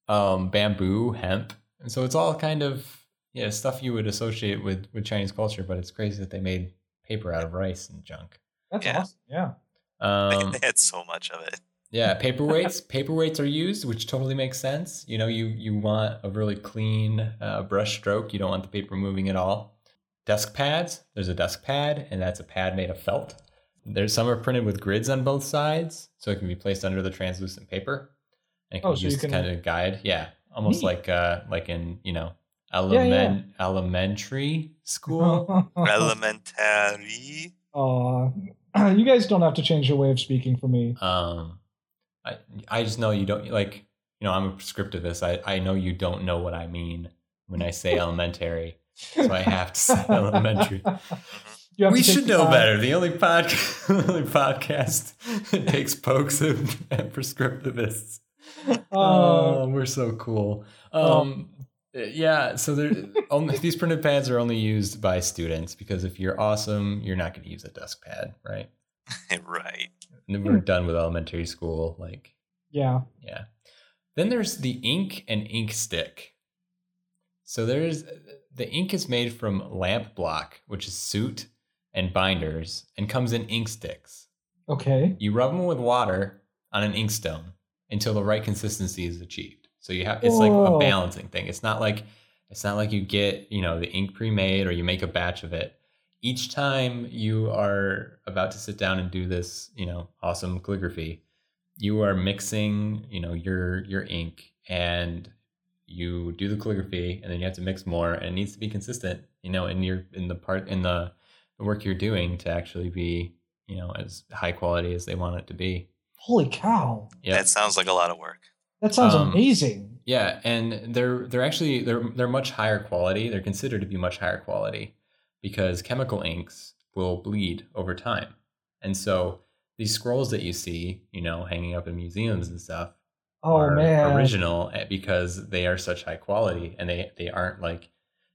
[SPEAKER 1] um, bamboo, hemp, and so it's all kind of you know stuff you would associate with with Chinese culture. But it's crazy that they made paper out of rice and junk.
[SPEAKER 3] That's
[SPEAKER 2] yeah.
[SPEAKER 3] awesome. Yeah.
[SPEAKER 1] Um,
[SPEAKER 2] they had so much of it.
[SPEAKER 1] yeah, paperweights. paperweights are used, which totally makes sense. You know, you you want a really clean uh, brush stroke. You don't want the paper moving at all. Desk pads. There's a desk pad, and that's a pad made of felt. There's some are printed with grids on both sides, so it can be placed under the translucent paper. And it can
[SPEAKER 3] Oh,
[SPEAKER 1] be
[SPEAKER 3] so you
[SPEAKER 1] used
[SPEAKER 3] can-
[SPEAKER 1] to kind of guide. Yeah, almost
[SPEAKER 3] Neat.
[SPEAKER 1] like uh like in you know
[SPEAKER 3] yeah. Oh.
[SPEAKER 1] element elementary school.
[SPEAKER 3] Cool.
[SPEAKER 2] Elementary.
[SPEAKER 3] Aw. you guys don't have to change your way of speaking for me.
[SPEAKER 1] um i i just know you don't like you know i'm a prescriptivist i i know you don't know what i mean when i say elementary so i have to say elementary
[SPEAKER 3] You have
[SPEAKER 1] we
[SPEAKER 3] to take
[SPEAKER 1] should
[SPEAKER 3] the
[SPEAKER 1] know
[SPEAKER 3] time.
[SPEAKER 1] better the only podcast the only podcast that takes pokes at, at prescriptivists
[SPEAKER 3] Uh,
[SPEAKER 1] oh we're so cool um yeah so there only these printed pads are only used by students because if you're awesome you're not going to use a desk pad right
[SPEAKER 2] right.
[SPEAKER 1] and then we're
[SPEAKER 3] Hmm.
[SPEAKER 1] done with elementary school like
[SPEAKER 3] yeah.
[SPEAKER 1] Yeah. Then there's the ink and ink stick. So there's the ink is made from lamp block, which is soot and binders, and comes in ink sticks.
[SPEAKER 3] Okay.
[SPEAKER 1] You rub them with water on an inkstone until the right consistency is achieved. So you have it's like a
[SPEAKER 3] Whoa.
[SPEAKER 1] balancing thing. It's not like it's not like you get, you know, the ink pre-made or you make a batch of it. Each time you are about to sit down and do this, you know, awesome calligraphy, you are mixing, you know, your your ink and you do the calligraphy and then you have to mix more and it needs to be consistent, you know, in your in the part in the, the work you're doing to actually be you know, as high quality as they want it to be.
[SPEAKER 3] Holy cow.
[SPEAKER 1] Yeah.
[SPEAKER 2] That sounds like a lot of work.
[SPEAKER 3] That sounds
[SPEAKER 1] Um,
[SPEAKER 3] amazing.
[SPEAKER 1] yeah, and they're they're actually they're they're much higher quality. They're considered to be much higher quality because chemical inks will bleed over time. And so these scrolls that you see, you know, hanging up in museums and stuff
[SPEAKER 3] Oh
[SPEAKER 1] are
[SPEAKER 3] man.
[SPEAKER 1] original eh, because they are such high quality and they they aren't like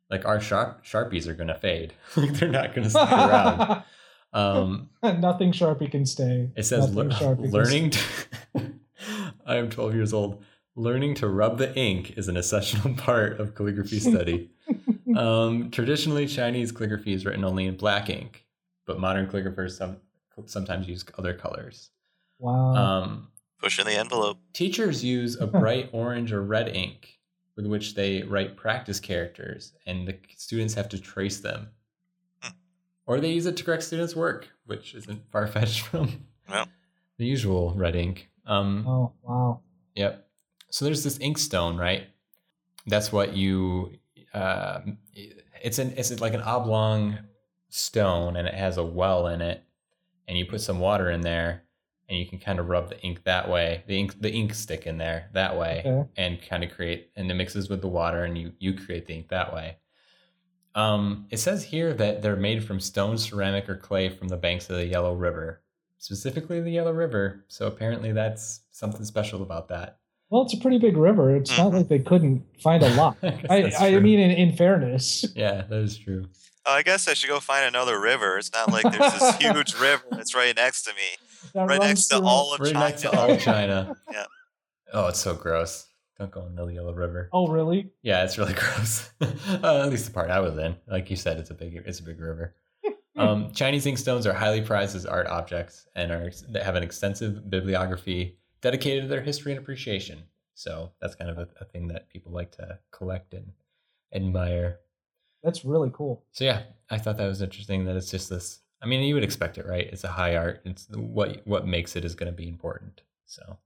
[SPEAKER 1] like our sharp sharpies are going to fade. like they're not going to stick around. Um
[SPEAKER 3] Nothing Sharpie can stay.
[SPEAKER 1] It says
[SPEAKER 3] Nothing
[SPEAKER 1] lear-
[SPEAKER 3] Sharpie can
[SPEAKER 1] learning. To- I am 12 years old. Learning to rub the ink is an essential part of calligraphy study. um, traditionally, Chinese calligraphy is written only in black ink, but modern calligraphers some, sometimes use other colors.
[SPEAKER 3] Wow.
[SPEAKER 1] Um,
[SPEAKER 2] Pushing the envelope.
[SPEAKER 1] teachers use a bright orange or red ink with which they write practice characters, and the students have to trace them.
[SPEAKER 2] Hmm.
[SPEAKER 1] Or they use it to correct students' work, which isn't far fetched from
[SPEAKER 2] No.
[SPEAKER 1] the usual red ink. Um,
[SPEAKER 3] oh wow.
[SPEAKER 1] Yep. So there's this ink stone, right? That's what you. Uh, it's an it's like an oblong stone, and it has a well in it, and you put some water in there, and you can kind of rub the ink that way, the ink the ink stick in there that way,
[SPEAKER 3] Okay.
[SPEAKER 1] and kind of create, and it mixes with the water, and you you create the ink that way. Um, it says here that they're made from stone, ceramic, or clay from the banks of the Yellow River, specifically the Yellow River. So apparently, that's something special about that.
[SPEAKER 3] Well, it's a pretty big river. It's not
[SPEAKER 2] Mhm.
[SPEAKER 3] like they couldn't find a lot.
[SPEAKER 1] guess
[SPEAKER 3] I,
[SPEAKER 1] Mm-hmm. that's
[SPEAKER 3] I
[SPEAKER 1] true.
[SPEAKER 3] mean, in, in fairness,
[SPEAKER 1] yeah, that is true.
[SPEAKER 2] Oh, I guess I should go find another river. It's not like there's this huge river that's right next to me,
[SPEAKER 3] that
[SPEAKER 2] right
[SPEAKER 3] runs
[SPEAKER 2] next to
[SPEAKER 3] through-
[SPEAKER 2] all of
[SPEAKER 1] Right
[SPEAKER 2] China.
[SPEAKER 1] next to all of China.
[SPEAKER 2] Yeah.
[SPEAKER 1] Oh, it's so gross. Don't go into the Yellow River.
[SPEAKER 3] Oh, really?
[SPEAKER 1] Yeah, it's really gross. uh, at least the part I was in. Like you said, it's a big it's a big river. um, Chinese ink stones are highly prized as art objects and are that have an extensive bibliography dedicated to their history and appreciation. So that's kind of a, a thing that people like to collect and admire.
[SPEAKER 3] That's really cool.
[SPEAKER 1] So yeah, I thought that was interesting that it's just this. I mean, you would expect it, right? It's a high art. It's what what makes it is going to be important. So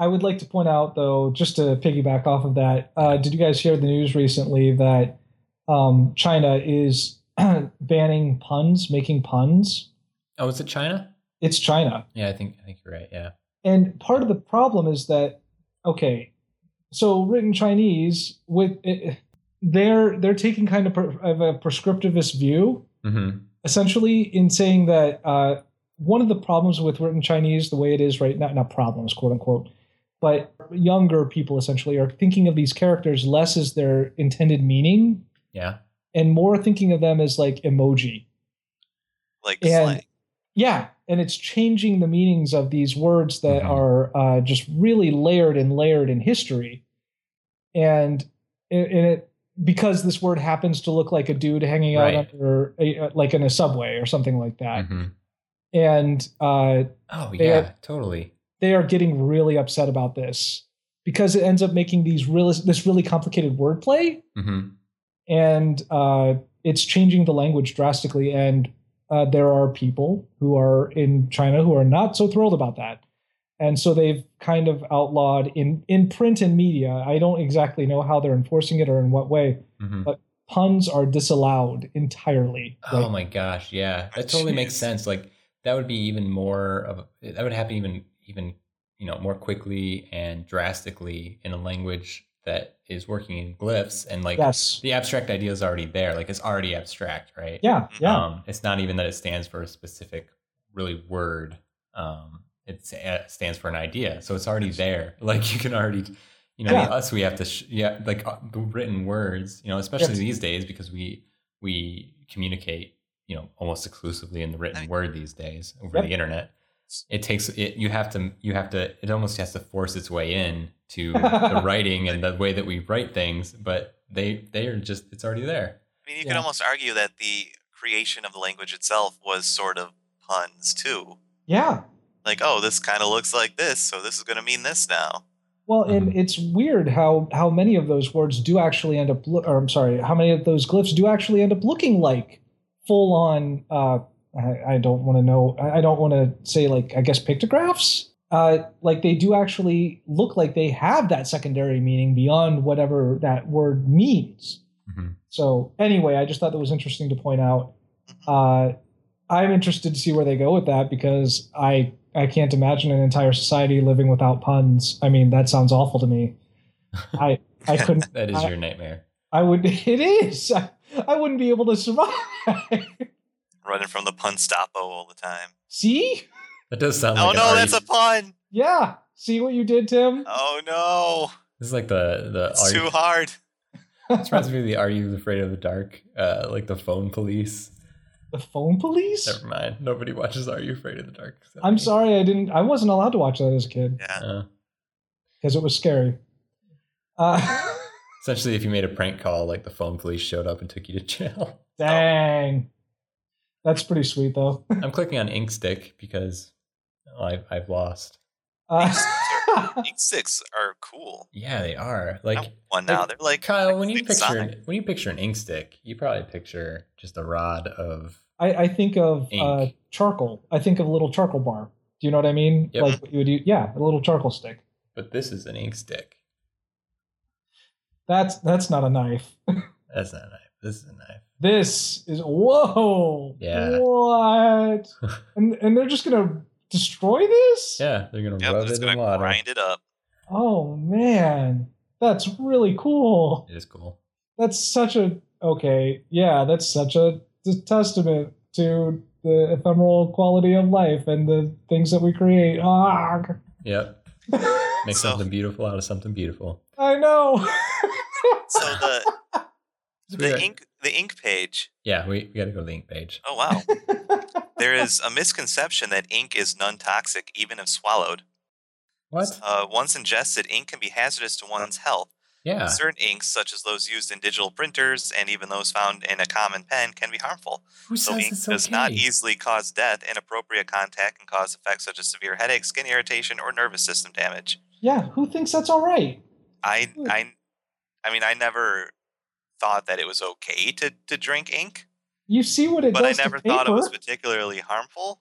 [SPEAKER 3] I would like to point out, though, just to piggyback off of that, uh, did you guys hear the news recently that um, China is banning puns, making puns?
[SPEAKER 1] Oh, is it China?
[SPEAKER 3] It's China.
[SPEAKER 1] Yeah, I think I think you're right. Yeah.
[SPEAKER 3] And part of the problem is that okay, so written Chinese with it, they're they're taking kind of, per, of a prescriptivist view
[SPEAKER 1] Mm-hmm.
[SPEAKER 3] essentially in saying that uh, one of the problems with written Chinese the way it is right now not problems quote unquote but younger people essentially are thinking of these characters less as their intended meaning
[SPEAKER 1] Yeah.
[SPEAKER 3] and more thinking of them as like emoji
[SPEAKER 2] Like
[SPEAKER 3] And-
[SPEAKER 2] slang.
[SPEAKER 3] Yeah, and it's changing the meanings of these words that
[SPEAKER 1] Mhm.
[SPEAKER 3] are uh, just really layered and layered in history, and in it because this word happens to look like a dude hanging out
[SPEAKER 1] Right.
[SPEAKER 3] under a, like in a subway or something like that,
[SPEAKER 1] hmm
[SPEAKER 3] and uh,
[SPEAKER 1] Oh
[SPEAKER 3] They
[SPEAKER 1] yeah, totally.
[SPEAKER 3] they are getting really upset about this because it ends up making these real this really complicated wordplay
[SPEAKER 1] hmm
[SPEAKER 3] and uh, it's changing the language drastically. And uh, there are people who are in China who are not so thrilled about that, and so they've kind of outlawed in in print and media. I don't exactly know how they're enforcing it or in what way.
[SPEAKER 1] hmm
[SPEAKER 3] Puns are disallowed entirely.
[SPEAKER 1] Oh
[SPEAKER 3] Like,
[SPEAKER 1] my gosh, yeah, that totally makes
[SPEAKER 2] Jeez.
[SPEAKER 1] sense. Like that would be even more of a, that would happen even even you know more quickly and drastically in a language that is working in glyphs and like
[SPEAKER 3] yes,
[SPEAKER 1] the abstract idea is already there. Like it's already abstract, right?
[SPEAKER 3] yeah, yeah,
[SPEAKER 1] Um, it's not even that it stands for a specific really word. Um, it sa- uh, stands for an idea, so it's already there. Like you can already, you know,
[SPEAKER 3] Yeah.
[SPEAKER 1] us we have to, sh- yeah, like uh, the written words, you know, especially
[SPEAKER 3] Yes.
[SPEAKER 1] these days because we we communicate, you know, almost exclusively in the written
[SPEAKER 2] Right.
[SPEAKER 1] word these days over
[SPEAKER 3] Yep.
[SPEAKER 1] the internet. It takes it. You have to. You have to. It almost has to force its way in to the writing and the way that we write things. But they they are just. It's already there.
[SPEAKER 2] I mean, you
[SPEAKER 3] Yeah.
[SPEAKER 2] could almost argue that the creation of the language itself was sort of puns too.
[SPEAKER 3] yeah.
[SPEAKER 2] Like, oh, this kind of looks like this, so this is going to mean this now.
[SPEAKER 3] Well, and it's weird how how many of those words do actually end up, lo- or I'm sorry, how many of those glyphs do actually end up looking like full on. Uh, I, I don't want to know. I I don't want to say like I guess pictographs. Uh, like they do actually look like they have that secondary meaning beyond whatever that word means.
[SPEAKER 1] Mhm.
[SPEAKER 3] So anyway, I just thought that was interesting to point out. Uh, I'm interested to see where they go with that because I I can't imagine an entire society living without puns. I mean, that sounds awful to me. I I couldn't.
[SPEAKER 1] That is
[SPEAKER 3] I-
[SPEAKER 1] your nightmare.
[SPEAKER 3] I would. It is. I, I wouldn't be able to survive.
[SPEAKER 2] Running from the pun stoppo all the time.
[SPEAKER 3] see?
[SPEAKER 1] That does sound
[SPEAKER 2] oh
[SPEAKER 1] like an
[SPEAKER 2] no,
[SPEAKER 1] already-
[SPEAKER 2] that's a pun.
[SPEAKER 3] Yeah. See what you did, Tim?
[SPEAKER 2] Oh no,
[SPEAKER 1] This is like the the
[SPEAKER 2] it's
[SPEAKER 1] are
[SPEAKER 2] too
[SPEAKER 1] you,
[SPEAKER 2] hard.
[SPEAKER 1] this reminds me of the Are You Afraid of the Dark? Uh, like the phone police.
[SPEAKER 3] The phone police.
[SPEAKER 1] Never mind. Nobody watches Are You Afraid of the Dark? except
[SPEAKER 3] I'm
[SPEAKER 1] me.
[SPEAKER 3] sorry. I didn't. I wasn't allowed to watch that as a kid
[SPEAKER 2] Yeah.
[SPEAKER 1] Uh,
[SPEAKER 3] because it was scary. Uh,
[SPEAKER 1] essentially, if you made a prank call, like the phone police showed up and took you to jail.
[SPEAKER 3] dang. That's pretty sweet, though.
[SPEAKER 1] I'm clicking on Ink Stick because oh, I've I've lost.
[SPEAKER 3] Uh,
[SPEAKER 2] Ink sticks are cool.
[SPEAKER 1] Yeah, they are like.
[SPEAKER 2] I want one now.
[SPEAKER 1] like,
[SPEAKER 2] They're like
[SPEAKER 1] Kyle,
[SPEAKER 2] Oh, like
[SPEAKER 1] when you
[SPEAKER 2] Sonic
[SPEAKER 1] picture
[SPEAKER 2] Sonic.
[SPEAKER 1] when you picture an ink stick, you probably picture just a rod of
[SPEAKER 3] I, I think of
[SPEAKER 1] Ink.
[SPEAKER 3] uh, charcoal. I think of a little charcoal bar. Do you know what I mean?
[SPEAKER 1] Yep.
[SPEAKER 3] Like what you would use, yeah, a little charcoal stick.
[SPEAKER 1] but this is an ink stick.
[SPEAKER 3] That's that's not a knife.
[SPEAKER 1] That's not a knife. This is a knife.
[SPEAKER 3] This is whoa.
[SPEAKER 1] Yeah.
[SPEAKER 3] What? and and they're just gonna destroy this?
[SPEAKER 1] Yeah, they're gonna
[SPEAKER 2] Yep,
[SPEAKER 1] rub
[SPEAKER 2] it's
[SPEAKER 1] it
[SPEAKER 2] gonna
[SPEAKER 1] in water.
[SPEAKER 2] grind it up.
[SPEAKER 3] Oh man, that's really cool.
[SPEAKER 1] It is cool.
[SPEAKER 3] That's such a okay. Yeah, that's such a t- testament to the ephemeral quality of life and the things that we create. Ah.
[SPEAKER 1] Yep. Make
[SPEAKER 2] So-
[SPEAKER 1] something beautiful out of something beautiful.
[SPEAKER 3] I know.
[SPEAKER 2] So the
[SPEAKER 1] We are-
[SPEAKER 2] the ink the ink page.
[SPEAKER 1] Yeah, we, we gotta go to the ink page.
[SPEAKER 2] Oh wow. there is a misconception that ink is non toxic even if swallowed.
[SPEAKER 1] What?
[SPEAKER 2] Uh, once ingested, ink can be hazardous to one's health.
[SPEAKER 3] Uh.
[SPEAKER 1] Yeah.
[SPEAKER 2] Certain inks, such as those used in digital printers and even those found in a common pen, can be harmful.
[SPEAKER 1] Who
[SPEAKER 2] So
[SPEAKER 1] says
[SPEAKER 2] ink
[SPEAKER 1] it's
[SPEAKER 2] does not
[SPEAKER 1] okay?
[SPEAKER 2] easily cause death. Inappropriate contact can cause effects such as severe headache, skin irritation, or nervous system damage.
[SPEAKER 3] yeah, who thinks that's all right?
[SPEAKER 2] I,
[SPEAKER 3] Hmm.
[SPEAKER 2] I, I mean, I never thought that it was okay to, to drink ink,
[SPEAKER 3] You see what it
[SPEAKER 2] but I
[SPEAKER 3] does
[SPEAKER 2] never
[SPEAKER 3] to paper.
[SPEAKER 2] thought it was particularly harmful.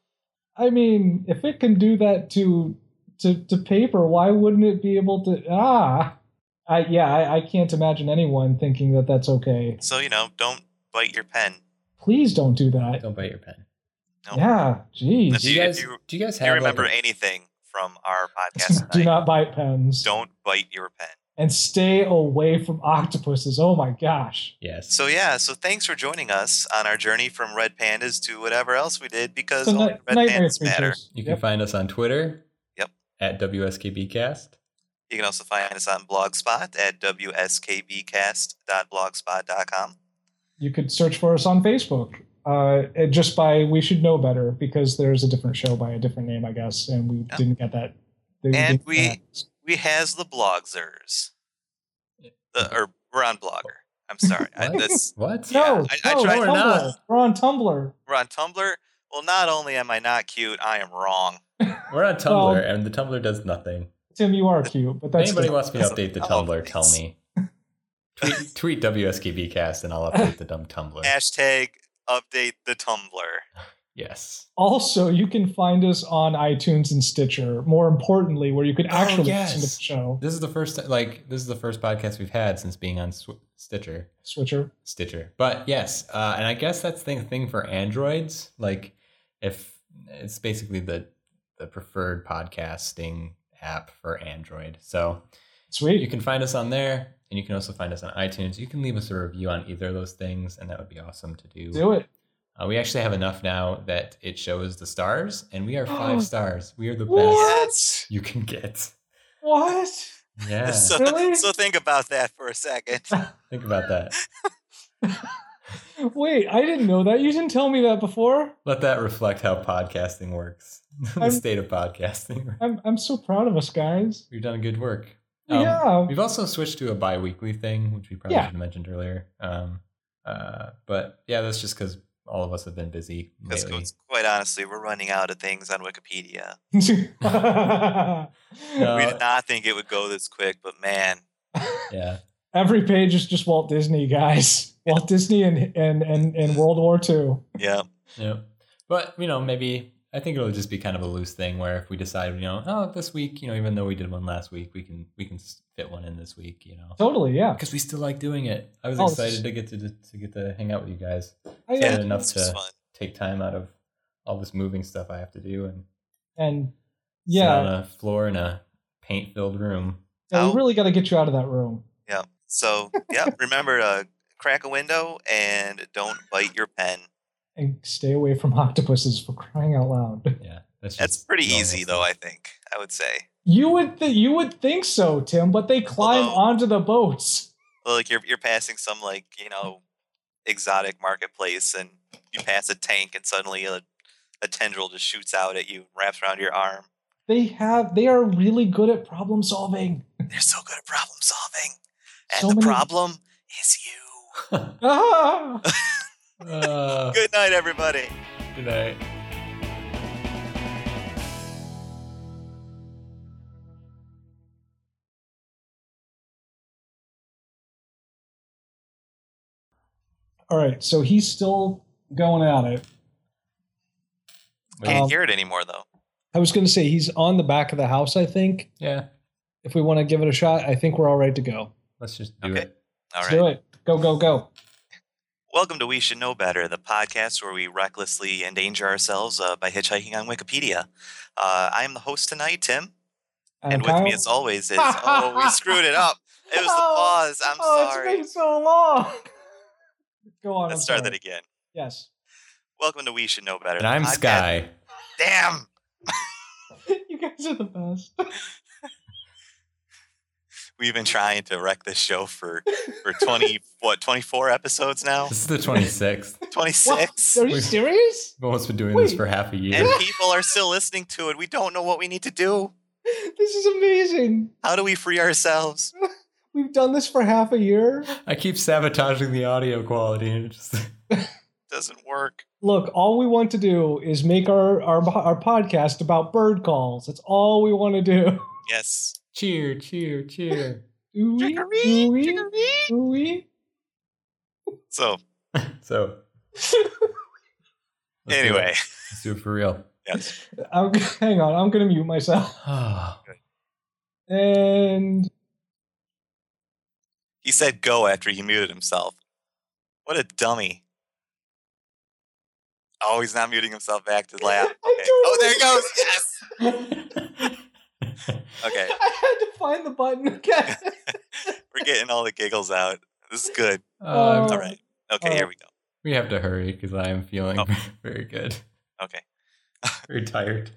[SPEAKER 3] I mean, if it can do that to to to paper, why wouldn't it be able to? Ah, I yeah, I, I can't imagine anyone thinking that that's okay.
[SPEAKER 2] So you know, don't bite your pen.
[SPEAKER 3] Please don't do that.
[SPEAKER 1] Don't bite your pen.
[SPEAKER 2] No.
[SPEAKER 3] Yeah,
[SPEAKER 2] That's-
[SPEAKER 1] Do
[SPEAKER 3] jeez.
[SPEAKER 1] you
[SPEAKER 2] If
[SPEAKER 1] guys
[SPEAKER 2] you-
[SPEAKER 1] do you guys
[SPEAKER 2] Do
[SPEAKER 1] have
[SPEAKER 2] you remember
[SPEAKER 1] like
[SPEAKER 2] anything from our podcast
[SPEAKER 3] Do
[SPEAKER 2] tonight?
[SPEAKER 3] not bite pens.
[SPEAKER 2] Don't bite your pen.
[SPEAKER 3] And stay away from octopuses. Oh my gosh.
[SPEAKER 1] a, yes?
[SPEAKER 2] So yeah, so thanks for joining us on our journey from red pandas to whatever else we did because
[SPEAKER 3] So
[SPEAKER 2] only
[SPEAKER 3] night-
[SPEAKER 2] red
[SPEAKER 3] nightmare
[SPEAKER 2] pandas matter.
[SPEAKER 3] creatures.
[SPEAKER 1] you can
[SPEAKER 3] Yep.
[SPEAKER 1] find us on Twitter.
[SPEAKER 2] Yep.
[SPEAKER 1] At WSKBcast.
[SPEAKER 2] You can also find us on Blogspot at wskbcast.blogspot.com.
[SPEAKER 3] You could search for us on Facebook uh, it- just by We Should Know Better because there's a different show by a different name, I guess. And we
[SPEAKER 2] Yeah.
[SPEAKER 3] didn't get that. they
[SPEAKER 2] And
[SPEAKER 3] didn't
[SPEAKER 2] we-
[SPEAKER 3] get that.
[SPEAKER 2] We has the blogzers. The, or we're on Blogger. I'm sorry. I,
[SPEAKER 1] What?
[SPEAKER 2] this,
[SPEAKER 1] What?
[SPEAKER 2] Yeah,
[SPEAKER 3] No,
[SPEAKER 2] I- I
[SPEAKER 3] no,
[SPEAKER 2] tried-
[SPEAKER 1] We're
[SPEAKER 3] Tumblr.
[SPEAKER 1] not.
[SPEAKER 3] We're on Tumblr.
[SPEAKER 2] we're on Tumblr. Well, not only am I not cute, I am wrong.
[SPEAKER 1] We're on Tumblr,
[SPEAKER 3] Well-
[SPEAKER 1] and the Tumblr does nothing.
[SPEAKER 3] Tim, you are cute, but that's
[SPEAKER 1] Anybody
[SPEAKER 3] different.
[SPEAKER 1] wants me to update the
[SPEAKER 2] Oh,
[SPEAKER 1] Tumblr? Tell
[SPEAKER 2] please.
[SPEAKER 1] me. tweet, tweet WSKBcast, and I'll update the dumb Tumblr.
[SPEAKER 2] Hashtag update the Tumblr.
[SPEAKER 1] Yes.
[SPEAKER 3] Also, you can find us on iTunes and Stitcher. More importantly, where you can
[SPEAKER 1] Oh,
[SPEAKER 3] actually
[SPEAKER 1] yes.
[SPEAKER 3] listen to the show.
[SPEAKER 1] This is the first like this is the first podcast we've had since being on Sw- Stitcher.
[SPEAKER 3] Switcher.
[SPEAKER 1] Stitcher. But yes, uh, and I guess that's the thing for Androids. Like, if it's basically the the preferred podcasting app for Android, so
[SPEAKER 3] Sweet.
[SPEAKER 1] you can find us on there, and you can also find us on iTunes. You can leave us a review on either of those things, and that would be awesome to do.
[SPEAKER 3] do it.
[SPEAKER 1] Uh, we actually have enough now that it shows the stars, and we are five stars. We are the
[SPEAKER 3] What?
[SPEAKER 1] best
[SPEAKER 2] Yes.
[SPEAKER 1] you can get.
[SPEAKER 3] What?
[SPEAKER 1] Yeah,
[SPEAKER 2] So,
[SPEAKER 3] Really?
[SPEAKER 2] so think about that for a second.
[SPEAKER 1] think about that.
[SPEAKER 3] Wait, I didn't know that. You didn't tell me that before.
[SPEAKER 1] Let that reflect how podcasting works. the
[SPEAKER 3] I'm-
[SPEAKER 1] state of podcasting.
[SPEAKER 3] I'm I'm so proud of us guys.
[SPEAKER 1] We've done good work. Um,
[SPEAKER 3] yeah.
[SPEAKER 1] We've also switched to a bi weekly thing, which we probably
[SPEAKER 3] Yeah.
[SPEAKER 1] should have mentioned earlier. Um, uh, but yeah, that's just because all of us have been busy
[SPEAKER 2] Because
[SPEAKER 1] lately.
[SPEAKER 2] quite honestly, we're running out of things on Wikipedia. we
[SPEAKER 1] No.
[SPEAKER 2] did not think it would go this quick, but man,
[SPEAKER 1] Yeah.
[SPEAKER 3] Every page is just Walt Disney, guys. Walt Disney and and and, and World War II.
[SPEAKER 2] yeah.
[SPEAKER 1] Yeah. But, you know, maybe I think it'll just be kind of a loose thing where if we decide, you know, oh, this week, you know, even though we did one last week, we can we can s- fit one in this week, you know.
[SPEAKER 3] Totally, Oh, yeah.
[SPEAKER 1] Because we still like doing it. I was
[SPEAKER 3] Oh, this
[SPEAKER 1] excited
[SPEAKER 3] is-
[SPEAKER 1] to get to to get to hang out with you guys.
[SPEAKER 3] I, uh,
[SPEAKER 1] Yeah.
[SPEAKER 2] yeah
[SPEAKER 1] enough
[SPEAKER 2] this was
[SPEAKER 1] to-
[SPEAKER 2] fun.
[SPEAKER 1] Take time out of all this moving stuff I have to do and
[SPEAKER 3] And
[SPEAKER 1] sit
[SPEAKER 3] yeah,
[SPEAKER 1] on a floor in a paint filled room.
[SPEAKER 3] yeah, we really got to get you out of that room.
[SPEAKER 2] So yeah, remember uh, crack a window and don't bite your pen.
[SPEAKER 3] and stay away from octopuses for crying out loud.
[SPEAKER 1] Yeah. That's,
[SPEAKER 2] That's
[SPEAKER 1] just
[SPEAKER 2] pretty
[SPEAKER 1] normal
[SPEAKER 2] easy
[SPEAKER 1] stuff.
[SPEAKER 2] though. I think I would say.
[SPEAKER 3] You would th- you would think so, Tim, but they climb
[SPEAKER 2] Although-
[SPEAKER 3] onto the boats.
[SPEAKER 2] Well, like you're you're passing some like you know exotic marketplace and you pass a tank and suddenly a a tendril just shoots out at you and wraps around your arm.
[SPEAKER 3] They have they are really good at problem solving.
[SPEAKER 2] They're so good at problem solving, and
[SPEAKER 3] So
[SPEAKER 2] the
[SPEAKER 3] many-
[SPEAKER 2] problem is you.
[SPEAKER 3] Ah!
[SPEAKER 1] uh,
[SPEAKER 2] Good night, everybody.
[SPEAKER 1] good night.
[SPEAKER 3] All right, so he's still going at it.
[SPEAKER 2] Can't
[SPEAKER 3] Um,
[SPEAKER 2] hear it anymore though.
[SPEAKER 3] I was going to say he's on the back of the house. I think
[SPEAKER 1] yeah.
[SPEAKER 3] if we want to give it a shot, I think we're all right to go.
[SPEAKER 1] Let's just do
[SPEAKER 2] Okay.
[SPEAKER 1] it.
[SPEAKER 2] All
[SPEAKER 3] Let's
[SPEAKER 2] right.
[SPEAKER 3] do it. Go go go.
[SPEAKER 2] Welcome to We Should Know Better, the podcast where we recklessly endanger ourselves uh, by hitchhiking on Wikipedia. Uh, I am the host tonight, Tim,
[SPEAKER 3] I'm
[SPEAKER 2] and, with
[SPEAKER 3] Uh, Kyle.
[SPEAKER 2] me, as always, is oh, we screwed it up. It was the
[SPEAKER 3] Oh,
[SPEAKER 2] pause. I'm
[SPEAKER 3] oh,
[SPEAKER 2] sorry.
[SPEAKER 3] it's Oh, been so long. go on.
[SPEAKER 2] Let's
[SPEAKER 3] I'm
[SPEAKER 2] start
[SPEAKER 3] sorry.
[SPEAKER 2] that again.
[SPEAKER 3] Yes.
[SPEAKER 2] Welcome to We Should Know Better.
[SPEAKER 1] And
[SPEAKER 2] the
[SPEAKER 1] I'm
[SPEAKER 2] podcast-
[SPEAKER 1] Sky.
[SPEAKER 2] Damn.
[SPEAKER 3] you guys are the best.
[SPEAKER 2] We've been trying to wreck this show for for 20 what 24 episodes now,
[SPEAKER 1] This is the 26th. We've
[SPEAKER 2] 26,
[SPEAKER 3] What? Are you
[SPEAKER 1] Wait.
[SPEAKER 3] serious?
[SPEAKER 1] almost been doing this
[SPEAKER 3] Wait.
[SPEAKER 1] for half a year.
[SPEAKER 2] and people are still listening to it. We don't know what we need to do.
[SPEAKER 3] This is amazing.
[SPEAKER 2] How do we free ourselves?
[SPEAKER 3] We've done this for half a year.
[SPEAKER 1] I keep sabotaging the audio quality. And it just,
[SPEAKER 2] Doesn't work.
[SPEAKER 3] Look, all we want to do is make our our, our podcast about bird calls. That's all we want to do.
[SPEAKER 2] Yes.
[SPEAKER 1] cheer, cheer, cheer.
[SPEAKER 3] Ooh-wee,
[SPEAKER 2] Chicory,
[SPEAKER 3] ooh-wee,
[SPEAKER 2] chicory.
[SPEAKER 3] ooh-wee.
[SPEAKER 2] So
[SPEAKER 1] So. let's do it.
[SPEAKER 2] anyway,
[SPEAKER 1] Let's do it for real.
[SPEAKER 2] yes.
[SPEAKER 3] I'm, hang on, I'm gonna mute myself.
[SPEAKER 1] Uh,
[SPEAKER 3] And
[SPEAKER 2] He said go after he muted himself. What a dummy. Oh, he's not muting himself back to laugh.
[SPEAKER 3] I
[SPEAKER 2] Okay. Oh,
[SPEAKER 3] totally-
[SPEAKER 2] there it goes. Yes. Okay.
[SPEAKER 3] I had to find the button again.
[SPEAKER 2] We're getting all the giggles out. This is good.
[SPEAKER 1] Uh,
[SPEAKER 2] All right. Okay, here we go.
[SPEAKER 1] we have to hurry because I'm feeling
[SPEAKER 2] Oh.
[SPEAKER 1] very good.
[SPEAKER 2] Okay.
[SPEAKER 1] Very tired.